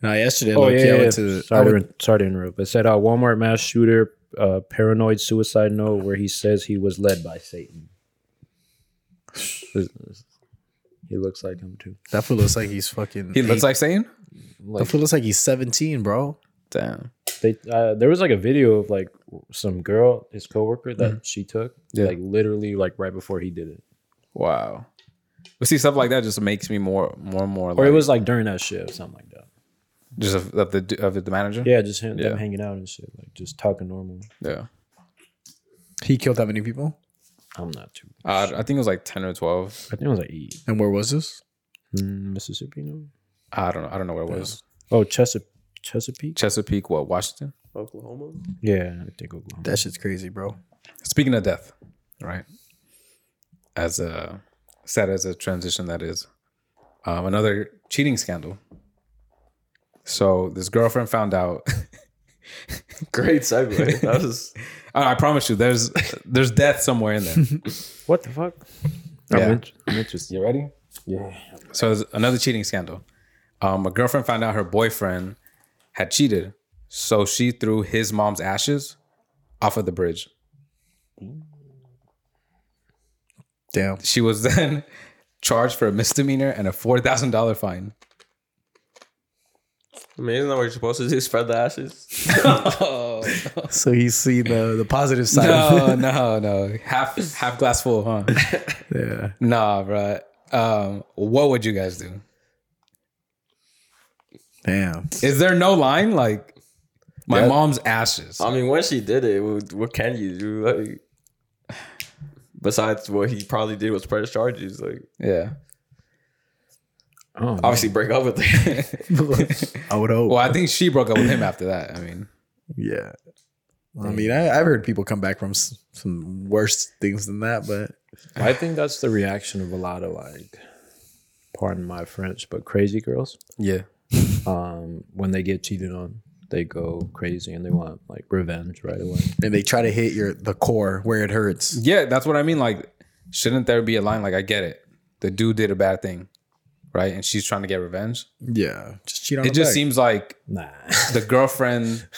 Speaker 4: No, yesterday,
Speaker 3: oh
Speaker 4: low-key,
Speaker 3: yeah,
Speaker 4: I
Speaker 3: yeah.
Speaker 4: went to the. I
Speaker 1: oh,
Speaker 3: sorry, to
Speaker 4: went-
Speaker 3: in- sorry to interrupt. It said uh, Walmart mass shooter uh, paranoid suicide note where he says he was led by Satan. he looks like him too.
Speaker 4: that fool looks like he's fucking.
Speaker 1: he looks
Speaker 4: eight-
Speaker 1: like Satan.
Speaker 3: Like,
Speaker 4: that fool looks like he's seventeen, bro.
Speaker 1: Damn.
Speaker 3: they uh, there was like a video of like some girl, his coworker, that she took,
Speaker 1: Yeah.
Speaker 3: like literally like right before he did it,
Speaker 1: Wow. But see, stuff like that just makes me more, more and more. Like,
Speaker 3: or it was like during that shift, something like that.
Speaker 1: just of, of the of the manager.
Speaker 3: Mm-hmm. Yeah, just him,
Speaker 1: Yeah.
Speaker 3: them hanging out and shit, like just talking normal.
Speaker 1: Yeah.
Speaker 4: He killed that many people.
Speaker 3: I'm not too.
Speaker 1: Uh, I think it was like ten or twelve.
Speaker 3: I think it was like E. eight.
Speaker 4: And where was this?
Speaker 3: Mm, Mississippi, no.
Speaker 1: I don't know. I don't know where it was.
Speaker 3: Oh, Chesapeake. Chesapeake.
Speaker 1: Chesapeake, what Washington?
Speaker 2: Oklahoma.
Speaker 3: Yeah, I think Oklahoma.
Speaker 4: That shit's crazy, bro.
Speaker 1: Speaking of death, right? As a sad as a transition that is, um, another cheating scandal. So this girlfriend found out.
Speaker 2: Great segue. that was
Speaker 1: I I promise you, there's there's death somewhere in there.
Speaker 3: What the fuck?
Speaker 1: Yeah.
Speaker 3: I'm, int- I'm interested.
Speaker 1: You ready?
Speaker 3: Yeah.
Speaker 1: So there's another cheating scandal. Um, a girlfriend found out her boyfriend had cheated, so she threw his mom's ashes off of the bridge.
Speaker 4: Damn.
Speaker 1: She was then charged for a misdemeanor and a four thousand dollar fine.
Speaker 2: I mean, isn't that what you're supposed to do? Spread the ashes.
Speaker 4: So he's seen the the positive side.
Speaker 1: No, no, no, half half glass full, huh?
Speaker 4: Yeah.
Speaker 1: Nah, bro. Um, what would you guys do?
Speaker 4: Damn.
Speaker 1: Is there no line like my
Speaker 2: Yeah.
Speaker 1: mom's ashes?
Speaker 2: I mean, when she did it, what, what can you do? Like, besides what he probably did was press charges. Like,
Speaker 1: yeah.
Speaker 3: Oh,
Speaker 2: obviously, break up with her.
Speaker 4: I would hope.
Speaker 1: Well, I think she broke up with him after that. I mean,
Speaker 4: Yeah. I mean, I, I've heard people come back from s- some worse things than that, but
Speaker 3: I think that's the reaction of a lot of like, pardon my French, but crazy girls.
Speaker 1: yeah.
Speaker 3: Um, when they get cheated on, they go crazy and they want like revenge right away.
Speaker 4: and they try to hit your the core where it hurts.
Speaker 1: Yeah, that's what I mean. Like, shouldn't there be a line? Like, I get it. The dude did a bad thing, right? And she's trying to get revenge.
Speaker 4: Yeah, just cheat on.
Speaker 1: It
Speaker 4: him
Speaker 1: just
Speaker 4: back.
Speaker 1: seems like
Speaker 3: Nah.
Speaker 1: the girlfriend.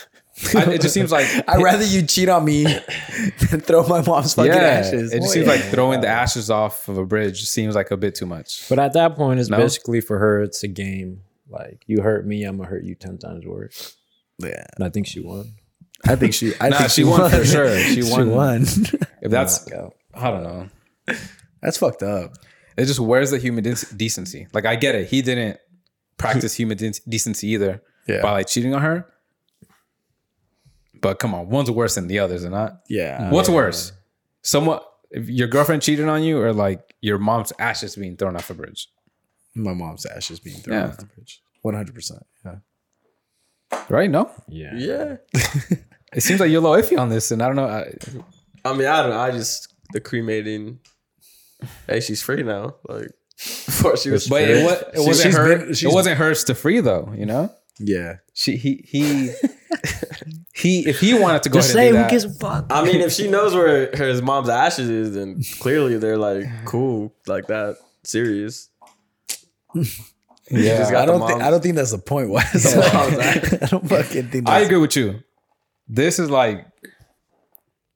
Speaker 1: I, it just seems like
Speaker 4: I'd rather you cheat on me than throw my mom's fucking
Speaker 1: yeah.
Speaker 4: ashes.
Speaker 1: It just
Speaker 4: Boy,
Speaker 1: seems
Speaker 4: yeah.
Speaker 1: like throwing the ashes off of a bridge seems like a bit too much.
Speaker 3: But at that point, it's
Speaker 1: No?
Speaker 3: basically for her. It's a game. Like you hurt me, I'm gonna hurt you ten times worse.
Speaker 4: Yeah,
Speaker 3: And I think she won.
Speaker 4: I think she. I
Speaker 1: Nah,
Speaker 4: think
Speaker 1: she won for sure. She won. If that's,
Speaker 3: Knockout.
Speaker 1: I don't know.
Speaker 4: That's fucked up.
Speaker 1: It just where's the human dec- decency? Like, I get it. He didn't practice human de- decency either
Speaker 4: Yeah.
Speaker 1: by like cheating on her. But come on, one's worse than the others, and not.
Speaker 4: Oh, Yeah.
Speaker 1: What's worse? Someone if your girlfriend cheated on you or like your mom's ashes being thrown off a bridge.
Speaker 4: My mom's ashes being thrown
Speaker 1: Yeah.
Speaker 4: off the bridge. One hundred percent. Yeah.
Speaker 1: Right? No?
Speaker 3: Yeah.
Speaker 2: yeah.
Speaker 1: It seems like you're a little iffy on this and I don't know. uh, I,
Speaker 2: I mean, I don't know. I just the cremating. Hey, she's free now. Like, before she was.
Speaker 1: but
Speaker 2: free.
Speaker 1: it, was, it
Speaker 4: She-
Speaker 1: wasn't
Speaker 4: she's
Speaker 1: her
Speaker 4: been-
Speaker 1: it
Speaker 4: she's-
Speaker 1: wasn't hers to free though, you know?
Speaker 4: Yeah.
Speaker 1: She he he he if he wanted to go ahead and do that,
Speaker 4: a fuck.
Speaker 2: I mean, if she knows where her his mom's ashes is, then clearly they're like cool, like that serious.
Speaker 1: Yeah,
Speaker 2: just got the
Speaker 4: I don't. Thi-
Speaker 2: moms.
Speaker 4: I don't think that's the point. Why?
Speaker 1: Yeah.
Speaker 4: I don't fucking think.
Speaker 1: I
Speaker 4: That's,
Speaker 1: agree with you. This is like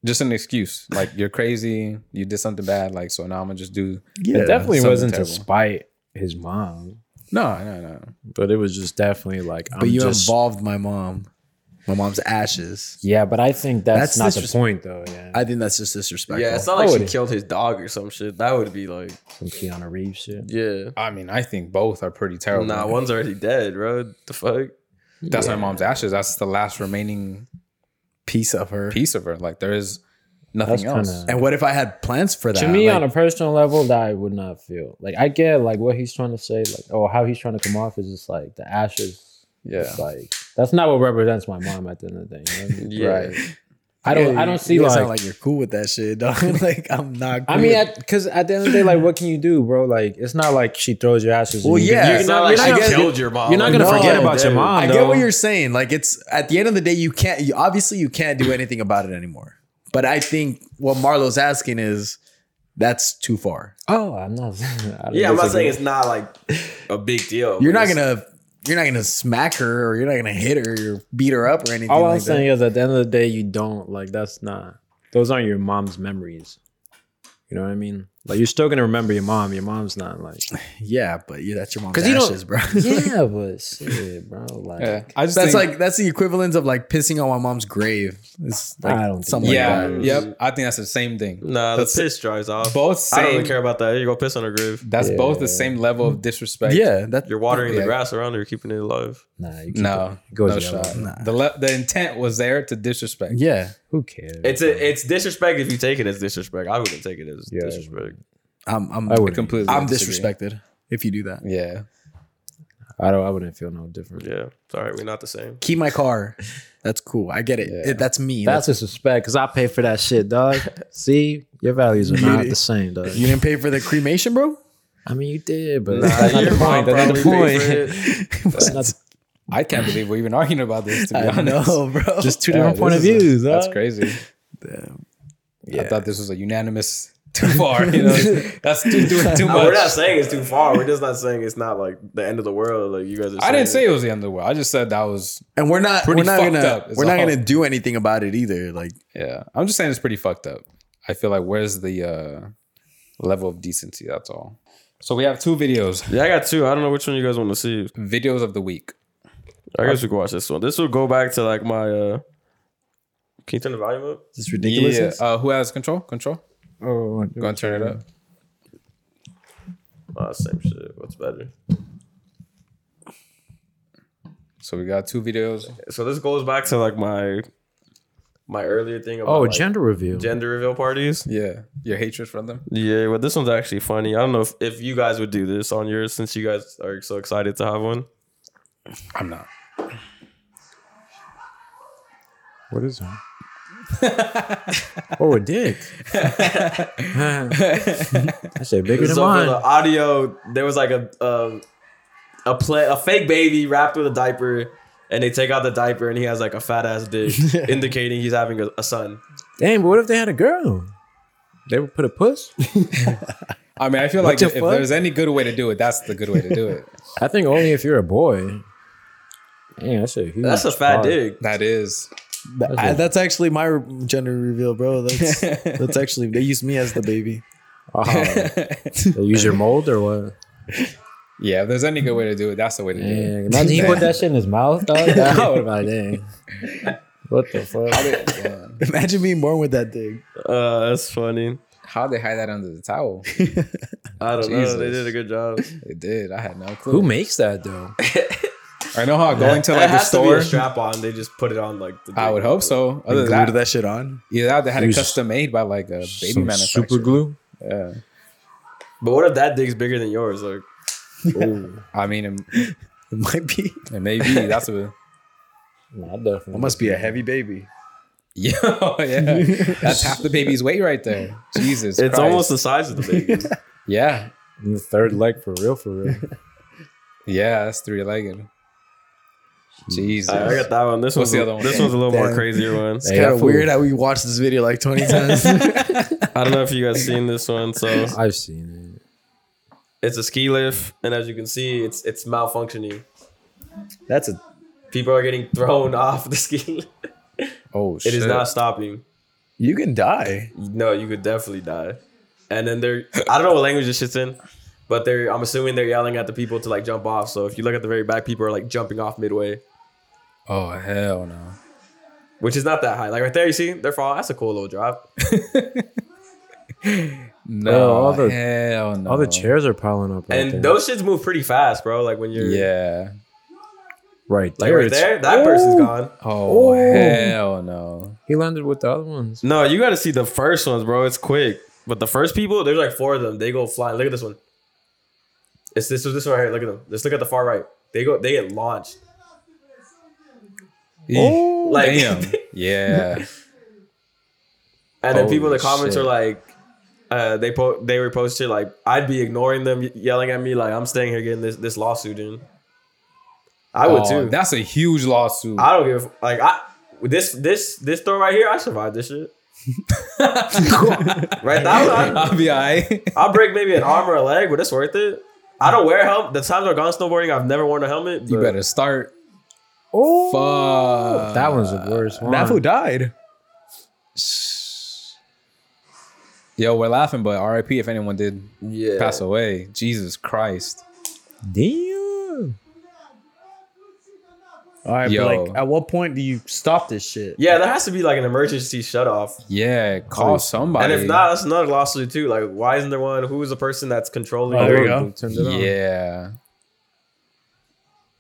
Speaker 1: just an excuse. Like you're crazy. You did something bad. Like so now I'm gonna just do.
Speaker 4: yeah.
Speaker 3: it definitely
Speaker 1: something
Speaker 3: wasn't
Speaker 1: terrible.
Speaker 3: to spite his mom,
Speaker 1: No, no, no.
Speaker 3: but it was just definitely like.
Speaker 4: But you
Speaker 3: just,
Speaker 4: involved my mom. My mom's ashes.
Speaker 3: Yeah, but I think that's,
Speaker 4: That's
Speaker 3: not the
Speaker 4: disres-
Speaker 3: point, though. Yeah,
Speaker 4: I think that's just disrespectful.
Speaker 2: Yeah, it's not like
Speaker 3: Oh,
Speaker 2: she
Speaker 3: it is.
Speaker 2: killed his dog or some shit. That would be like,
Speaker 3: some Keanu Reeves shit.
Speaker 2: yeah.
Speaker 1: I mean, I think both are pretty terrible.
Speaker 2: Nah, one's already dead, bro. The fuck?
Speaker 1: That's my mom's ashes. That's the last remaining
Speaker 4: piece of her.
Speaker 1: piece of her. Like there is nothing
Speaker 3: That's
Speaker 1: else.
Speaker 3: kinda-
Speaker 4: And what if I had plans for that?
Speaker 3: To me,
Speaker 4: Like,
Speaker 3: on a personal level, that I would not feel like I get like what he's trying to say, like or how he's trying to come off is just like the ashes.
Speaker 1: Yeah.
Speaker 3: It's like that's not what represents my mom at the end of the day. you know what I mean?
Speaker 2: Yeah.
Speaker 1: Right.
Speaker 3: I don't. I don't see
Speaker 4: you
Speaker 3: like,
Speaker 4: sound like you're cool with that shit, dog. like I'm not. Cool
Speaker 3: I mean,
Speaker 4: with-
Speaker 3: because at, the end of the day, like, what can you do, bro? Like, it's not like she throws your ashes. and
Speaker 4: Well,
Speaker 3: you can-
Speaker 4: yeah,
Speaker 2: Yeah,
Speaker 3: you're
Speaker 2: it's
Speaker 3: not-
Speaker 2: not
Speaker 3: you're
Speaker 2: like
Speaker 3: not
Speaker 2: she
Speaker 3: gonna-
Speaker 2: killed your mom.
Speaker 3: You're not gonna
Speaker 4: No,
Speaker 3: forget about your
Speaker 2: dude.
Speaker 3: mom.
Speaker 4: I get what
Speaker 3: though.
Speaker 4: you're saying. Like it's at the end of the day, you can't. You, obviously, you can't do anything about it anymore. But I think what Marlo's asking is that's too far.
Speaker 3: Oh, I'm not. I don't
Speaker 2: Yeah, I'm not
Speaker 3: disagree.
Speaker 2: saying it's not like a big
Speaker 3: Oh,
Speaker 2: deal.
Speaker 4: You're
Speaker 2: but
Speaker 4: not
Speaker 2: it's-
Speaker 4: gonna. You're not gonna smack her, or you're not gonna hit her, or beat her up, or anything.
Speaker 3: All
Speaker 4: like
Speaker 3: I'm
Speaker 4: that.
Speaker 3: saying is, at the end of the day, you don't like. That's not. Those aren't your mom's memories. You know what I mean? Like, you're still gonna remember your mom. Your mom's not like.
Speaker 4: Yeah, but yeah, that's your mom's
Speaker 3: 'Cause you don't-
Speaker 4: ashes, bro.
Speaker 3: yeah, but shit, bro. Like,
Speaker 1: Yeah. I just
Speaker 4: that's
Speaker 1: think-
Speaker 4: like that's the equivalent of like pissing on my mom's grave. It's like
Speaker 3: I don't think
Speaker 4: something
Speaker 1: yeah.
Speaker 4: like that.
Speaker 1: Yep. Oh I think that's the same thing.
Speaker 2: Nah, the
Speaker 1: That's-
Speaker 2: piss dries off.
Speaker 1: Both
Speaker 2: I don't
Speaker 1: same.
Speaker 2: even care about that. You go piss on her grave.
Speaker 1: That's both
Speaker 3: Yeah.
Speaker 1: the same level of disrespect.
Speaker 4: Yeah, that
Speaker 2: You're watering
Speaker 1: Yeah.
Speaker 2: the grass around her, keeping it alive.
Speaker 3: nah, you keep
Speaker 1: No.
Speaker 3: it. It goes
Speaker 1: no
Speaker 3: yellow.
Speaker 1: shot.
Speaker 4: Nah.
Speaker 1: The le- the intent was there to disrespect.
Speaker 4: yeah.
Speaker 3: Who cares?
Speaker 2: It's a, it's disrespect if you take it as disrespect. I wouldn't take it as
Speaker 3: Yeah.
Speaker 2: disrespect.
Speaker 4: I'm I'm
Speaker 3: I would completely.
Speaker 1: Completely.
Speaker 4: I'm
Speaker 1: disagree.
Speaker 4: disrespected if you do that.
Speaker 1: Yeah.
Speaker 3: I don't. I wouldn't feel no different.
Speaker 2: Yeah. Sorry, we're not the same.
Speaker 4: Keep my car. That's cool. I get it.
Speaker 1: Yeah.
Speaker 4: It- that's me.
Speaker 3: That's
Speaker 4: That's,
Speaker 3: a suspect because I pay for that shit, dog. See, your values are not
Speaker 4: Idiot.
Speaker 3: the same, dog.
Speaker 4: you didn't pay for the cremation, bro.
Speaker 3: I mean, you did, but
Speaker 2: Nah,
Speaker 3: that's not
Speaker 2: your
Speaker 3: the
Speaker 2: mom
Speaker 3: point. That's not
Speaker 2: probably paid
Speaker 3: the
Speaker 2: for it.
Speaker 3: point. That's not the-
Speaker 1: I can't believe we're even arguing about this. To be
Speaker 4: I
Speaker 1: honest,
Speaker 4: know, bro.
Speaker 3: just two
Speaker 1: Yeah,
Speaker 3: different
Speaker 1: this
Speaker 3: point of
Speaker 1: is a-
Speaker 3: views.
Speaker 1: That's
Speaker 3: dog.
Speaker 1: crazy.
Speaker 3: Yeah.
Speaker 1: I thought this was a unanimous too far. You know, that's too, doing too
Speaker 2: Nah, we're
Speaker 1: much.
Speaker 2: not saying it's too far. We're just not saying it's not like the end of the world. Like you guys are.
Speaker 1: I didn't say
Speaker 2: saying.
Speaker 1: it was the end of the world. I just said that was.
Speaker 4: and we're not
Speaker 1: Pretty
Speaker 4: we're not
Speaker 1: fucked
Speaker 4: gonna
Speaker 1: up is
Speaker 4: we're not
Speaker 1: all.
Speaker 4: gonna do anything about it either. Like
Speaker 1: Yeah, I'm just saying it's pretty fucked up. I feel like where's the uh, level of decency? That's all. So we have two videos.
Speaker 2: Yeah, I got two. I don't know which one you guys want to see.
Speaker 1: Videos of the week.
Speaker 2: I guess we can watch this one. This will go back to like my. uh Can you turn the volume up?
Speaker 4: this ridiculous.
Speaker 1: Yeah. Uh, who has control? Control.
Speaker 3: Oh,
Speaker 1: Go and turn it up.
Speaker 2: Ah, same shit. What's better?
Speaker 1: So we got two videos.
Speaker 2: So this goes back to like my, my earlier thing about
Speaker 3: oh,
Speaker 2: like,
Speaker 3: gender reveal.
Speaker 2: gender reveal parties.
Speaker 1: Yeah, your hatred from them.
Speaker 2: Yeah, well, this one's actually funny. I don't know if, if you guys would do this on yours since you guys are so excited to have one.
Speaker 1: I'm not.
Speaker 3: what is that? oh, a dick. I said bigger than
Speaker 2: So for the
Speaker 3: mine.
Speaker 2: audio, there was like a um, a play a fake baby wrapped with a diaper, and they take out the diaper, and he has like a fat ass dick, indicating he's having a, a son.
Speaker 3: Damn, but what if they had a girl? They would put a puss.
Speaker 1: I mean, I feel like
Speaker 3: the
Speaker 1: if
Speaker 3: fuck?
Speaker 1: there's any good way to do it, that's the good way to do it.
Speaker 3: I think only if you're a boy. Damn, that's a huge.
Speaker 2: That's a fat
Speaker 3: part.
Speaker 2: dick.
Speaker 1: That is.
Speaker 4: Th- I- that's actually my re- gender reveal, bro. That's that's actually they used me as the baby.
Speaker 3: Oh,
Speaker 1: um,
Speaker 3: they use your mold or what?
Speaker 1: Yeah, if there's any good way to do it, that's the way to do it.
Speaker 3: Dang, imagine he put that shit in his mouth, dog. I would have like, dang. What the fuck?
Speaker 1: Yeah.
Speaker 4: Imagine being born with that thing.
Speaker 2: Uh, that's funny.
Speaker 1: How they hide that under the towel?
Speaker 2: I don't know. They
Speaker 1: Jesus.
Speaker 2: did a good job.
Speaker 1: They did. I had no clue.
Speaker 3: Who makes that though?
Speaker 1: I know how going to
Speaker 2: It
Speaker 1: like the
Speaker 2: has to be
Speaker 1: store.
Speaker 2: a strap on. They just put it on like. The
Speaker 1: I
Speaker 2: dick.
Speaker 1: would hope so. Other
Speaker 4: Glued
Speaker 1: than that,
Speaker 4: that, shit on.
Speaker 1: either that they had it
Speaker 3: Use
Speaker 1: custom made by like a baby
Speaker 3: Some
Speaker 1: manufacturer.
Speaker 3: super glue.
Speaker 1: Yeah.
Speaker 2: But what if that dick's bigger than yours? Like,
Speaker 3: Ooh,
Speaker 1: I mean, it,
Speaker 4: It might be.
Speaker 1: it may be. That's what.
Speaker 3: nah, I definitely.
Speaker 4: It must be a heavy baby.
Speaker 1: Yeah, yeah. That's half the baby's weight right there. Jesus,
Speaker 2: it's
Speaker 1: Christ.
Speaker 2: almost the size of the baby.
Speaker 1: yeah,
Speaker 3: In the third leg for real, for real.
Speaker 1: yeah. That's three legged. Jesus.
Speaker 2: Alright, I got that one. This
Speaker 1: What's
Speaker 2: one's
Speaker 1: the
Speaker 2: a-
Speaker 1: other one?
Speaker 2: This one's a little more
Speaker 4: Damn.
Speaker 2: crazier one.
Speaker 4: It's
Speaker 3: Hey,
Speaker 4: kind
Speaker 3: that
Speaker 4: of
Speaker 3: fool-
Speaker 4: weird how we watched this video like 20 times.
Speaker 2: I don't know if you guys seen this one. So
Speaker 3: I've seen it.
Speaker 2: It's a ski lift, and as you can see, it's it's malfunctioning.
Speaker 4: That's a
Speaker 2: People are getting thrown off the ski lift.
Speaker 1: Oh,
Speaker 2: It is not stopping.
Speaker 5: You can die.
Speaker 2: No, you could definitely die. And then they're I don't know what language this shit's in, but they're I'm assuming they're yelling at the people to like jump off. So if you look at the very back, people are like jumping off midway,
Speaker 1: Oh hell no!
Speaker 2: which is not that high. Like right there, you see, they're falling. That's a cool little drop.
Speaker 1: No,
Speaker 3: all the-
Speaker 1: hell no!
Speaker 3: All the chairs are piling up. right there.
Speaker 2: And those shits move pretty fast, bro. Like when you're
Speaker 1: Yeah.
Speaker 3: right
Speaker 2: like
Speaker 3: there,
Speaker 2: right
Speaker 3: it's-
Speaker 2: there, that person's gone.
Speaker 1: Oh,
Speaker 3: Oh.
Speaker 1: hell no!
Speaker 3: He landed with the other ones.
Speaker 2: No, you got to see the first ones, bro. It's quick. But the first people, there's like four of them. They go flying. Look at this one. It's this this one right here. Look at them. Let's look at the far right. They go. They get launched.
Speaker 1: Oh,
Speaker 2: Like-
Speaker 1: damn! yeah.
Speaker 2: And then
Speaker 1: Holy
Speaker 2: people in the comments
Speaker 1: shit.
Speaker 2: are like, uh, they po- they were posted like, I'd be ignoring them y- yelling at me like, I'm staying here getting this this lawsuit in. I would
Speaker 1: Oh,
Speaker 2: too.
Speaker 1: That's a huge lawsuit.
Speaker 2: I don't give a f- like I this this this throw right here. I survived this shit. right now, I,
Speaker 1: I'll be alright.
Speaker 2: I'll break maybe an arm or a leg, but it's worth it. I don't wear a helmet. The times I've gone snowboarding, I've never worn a helmet.
Speaker 1: you
Speaker 2: but-
Speaker 1: better start.
Speaker 5: Oh,
Speaker 1: Fuck.
Speaker 3: that one's the worst one.
Speaker 5: Nafu died.
Speaker 1: Yo, we're laughing, but RIP if anyone did
Speaker 2: yeah.
Speaker 1: pass away. Jesus Christ.
Speaker 3: Damn.
Speaker 5: All right,
Speaker 1: Yo.
Speaker 5: but like, at what point do you stop this shit?
Speaker 2: Yeah, there has to be like an emergency shut off.
Speaker 1: Yeah, call somebody.
Speaker 2: And if not, that's another lawsuit too. Like, why isn't there one? Who is the person that's controlling?
Speaker 5: Oh, there
Speaker 2: it?
Speaker 5: you go.
Speaker 3: They turned it on.
Speaker 1: yeah.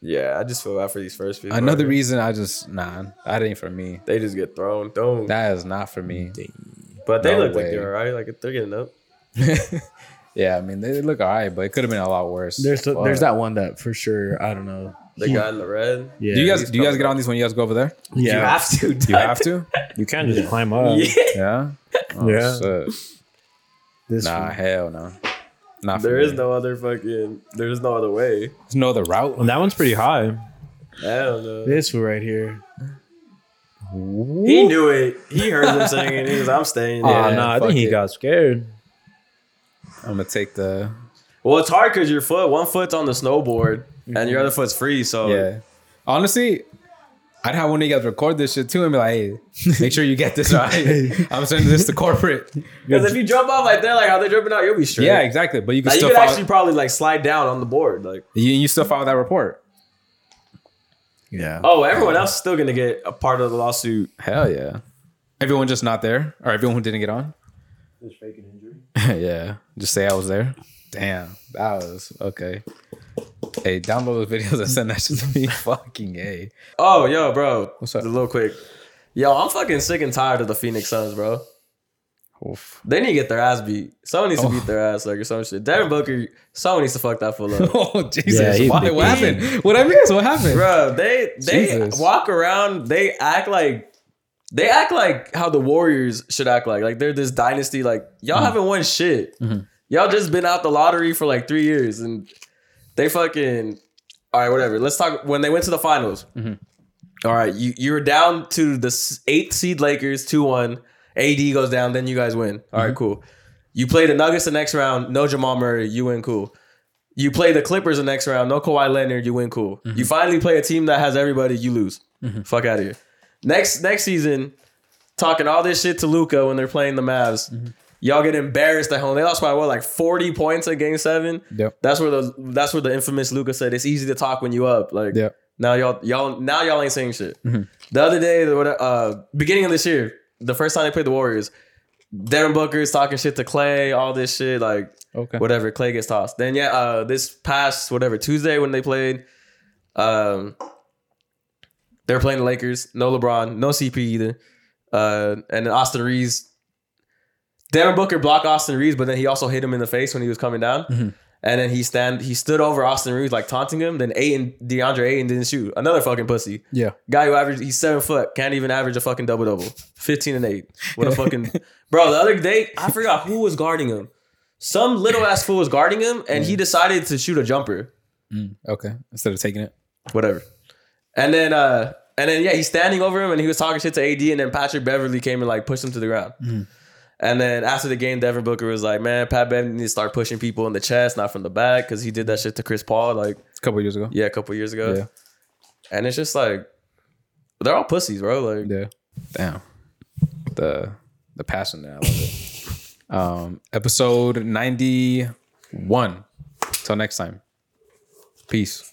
Speaker 2: Yeah, I just feel bad for these first people.
Speaker 1: Another reason
Speaker 2: reason
Speaker 1: I just nah, that ain't for me.
Speaker 2: they just get thrown, thrown.
Speaker 1: That is not for me.
Speaker 2: but they
Speaker 1: no
Speaker 2: look like
Speaker 1: way.
Speaker 2: they're all right. Like they're getting up.
Speaker 1: yeah, I mean they look alright, but it could have been a lot worse.
Speaker 5: There's
Speaker 1: Fuck.
Speaker 5: there's that one that for sure. I don't know.
Speaker 2: The guy in the red.
Speaker 5: Yeah.
Speaker 1: do you guys
Speaker 2: he's
Speaker 1: do you guys
Speaker 2: probably-
Speaker 1: get on these when you guys go over there?
Speaker 5: yeah.
Speaker 2: You have to.
Speaker 1: You have to?
Speaker 3: You can't just climb up.
Speaker 2: Yeah.
Speaker 1: Yeah. Oh,
Speaker 3: Yeah.
Speaker 1: shit.
Speaker 5: this
Speaker 1: Nah,
Speaker 5: one.
Speaker 1: hell no. Not for
Speaker 2: There is
Speaker 1: me.
Speaker 2: no other fucking. There is no other way.
Speaker 1: There's no other route.
Speaker 3: Well, that one's pretty high.
Speaker 2: I don't know.
Speaker 5: This one right here.
Speaker 2: He knew it. He heard them singing. He was. I'm staying.
Speaker 3: Oh
Speaker 2: There.
Speaker 1: Yeah,
Speaker 3: no, I
Speaker 1: fuck
Speaker 3: think he
Speaker 1: it.
Speaker 3: got scared.
Speaker 1: I'm gonna take the
Speaker 2: Well, it's hard because your foot, one foot's on the snowboard and your other foot's free. So
Speaker 1: Mm-hmm. Yeah. Honestly, I'd have one of you guys record this shit too and be like, hey, make sure you get this right. I'm sending this to corporate.
Speaker 2: Because if you jump off like that, like how they're jumping out, you'll be straight.
Speaker 1: Yeah, exactly. But you can
Speaker 2: Like, you
Speaker 1: still
Speaker 2: could
Speaker 1: file,
Speaker 2: actually probably like slide down on the board. Like,
Speaker 1: you, you still file that report.
Speaker 5: Yeah.
Speaker 2: oh, everyone else is still gonna get a part of the lawsuit.
Speaker 1: Hell yeah. Everyone just not there, or everyone who didn't get on. yeah, just say I was there. Damn, that was okay. Hey, download those videos and send that shit to me. Fucking a.
Speaker 2: Oh, yo, bro,
Speaker 1: What's up?
Speaker 2: A little quick, yo, I'm fucking sick and tired of the Phoenix Suns, bro.
Speaker 1: Oof.
Speaker 2: They need to get their ass beat. Someone needs to
Speaker 1: Oh.
Speaker 2: beat their ass, like or some shit. Devin Booker, someone needs to fuck that fool up.
Speaker 1: Oh Jesus!
Speaker 3: he
Speaker 1: Why,
Speaker 3: big
Speaker 1: what happened? What I missed? What happened?
Speaker 2: Bro, they they
Speaker 1: Jesus.
Speaker 2: walk around. They act like they act like how the Warriors should act like. Like they're this dynasty. Like y'all haven't won shit.
Speaker 1: Mhm.
Speaker 2: Y'all just been out the lottery for like three years, and they fucking all right. Whatever. Let's talk. When they went to the finals,
Speaker 1: Mhm.
Speaker 2: all right, you you were down to the s- eighth seed Lakers two one. AD goes down, then you guys win. All right, cool. You play the Nuggets the next round. No Jamal Murray, you win. Cool. You play the Clippers the next round. No Kawhi Leonard, you win. Cool.
Speaker 1: Mm-hmm.
Speaker 2: You finally play a team that has everybody, you lose. Fuck out of here. Next next season, talking all this shit to Luca when they're playing the Mavs.
Speaker 1: Mm-hmm.
Speaker 2: Y'all get embarrassed at home. They lost by what, like forty points at Game Seven.
Speaker 1: Yep.
Speaker 2: That's where the that's where the infamous Luca said it's easy to talk when you up. Like
Speaker 1: Yep. Mm-hmm.
Speaker 2: now y'all y'all now y'all ain't saying shit. The other day, the what- uh, beginning of this year, the first time they played the Warriors, Devin Booker is talking shit to Clay, all this shit like
Speaker 1: Okay.
Speaker 2: whatever. Clay gets tossed. Then yeah, uh, this past whatever Tuesday when they played, um, they're playing the Lakers. No LeBron, no CP either. Uh, and then Austin Reeves, Devin Booker blocked Austin Reeves, but then he also hit him in the face when he was coming down. And then he stand he stood over Austin Reeves like taunting him. Then Aiden DeAndre Aiden didn't shoot. Another fucking pussy.
Speaker 1: Yeah.
Speaker 2: Guy who averaged he's seven foot, can't even average a fucking double double. Fifteen and eight. What a fucking bro. The other day, I forgot who was guarding him. Some little ass fool was guarding him, and he decided to shoot a jumper.
Speaker 1: Mm, okay. Instead of taking it.
Speaker 2: Whatever. And then uh and then yeah, he's standing over him and he was talking shit to AD, and then Patrick Beverly came and like pushed him to the ground. And then after the game, Devin Booker was like, "Man, Pat Bev needs to start pushing people in the chest, not from the back, because he did that shit to Chris Paul like
Speaker 1: a couple years ago.
Speaker 2: yeah a couple years ago."
Speaker 1: Yeah.
Speaker 2: And it's just like they're all pussies, bro. Like
Speaker 1: Yeah. Damn. The the passion there. I love it. um, episode ninety one. Till next time. Peace.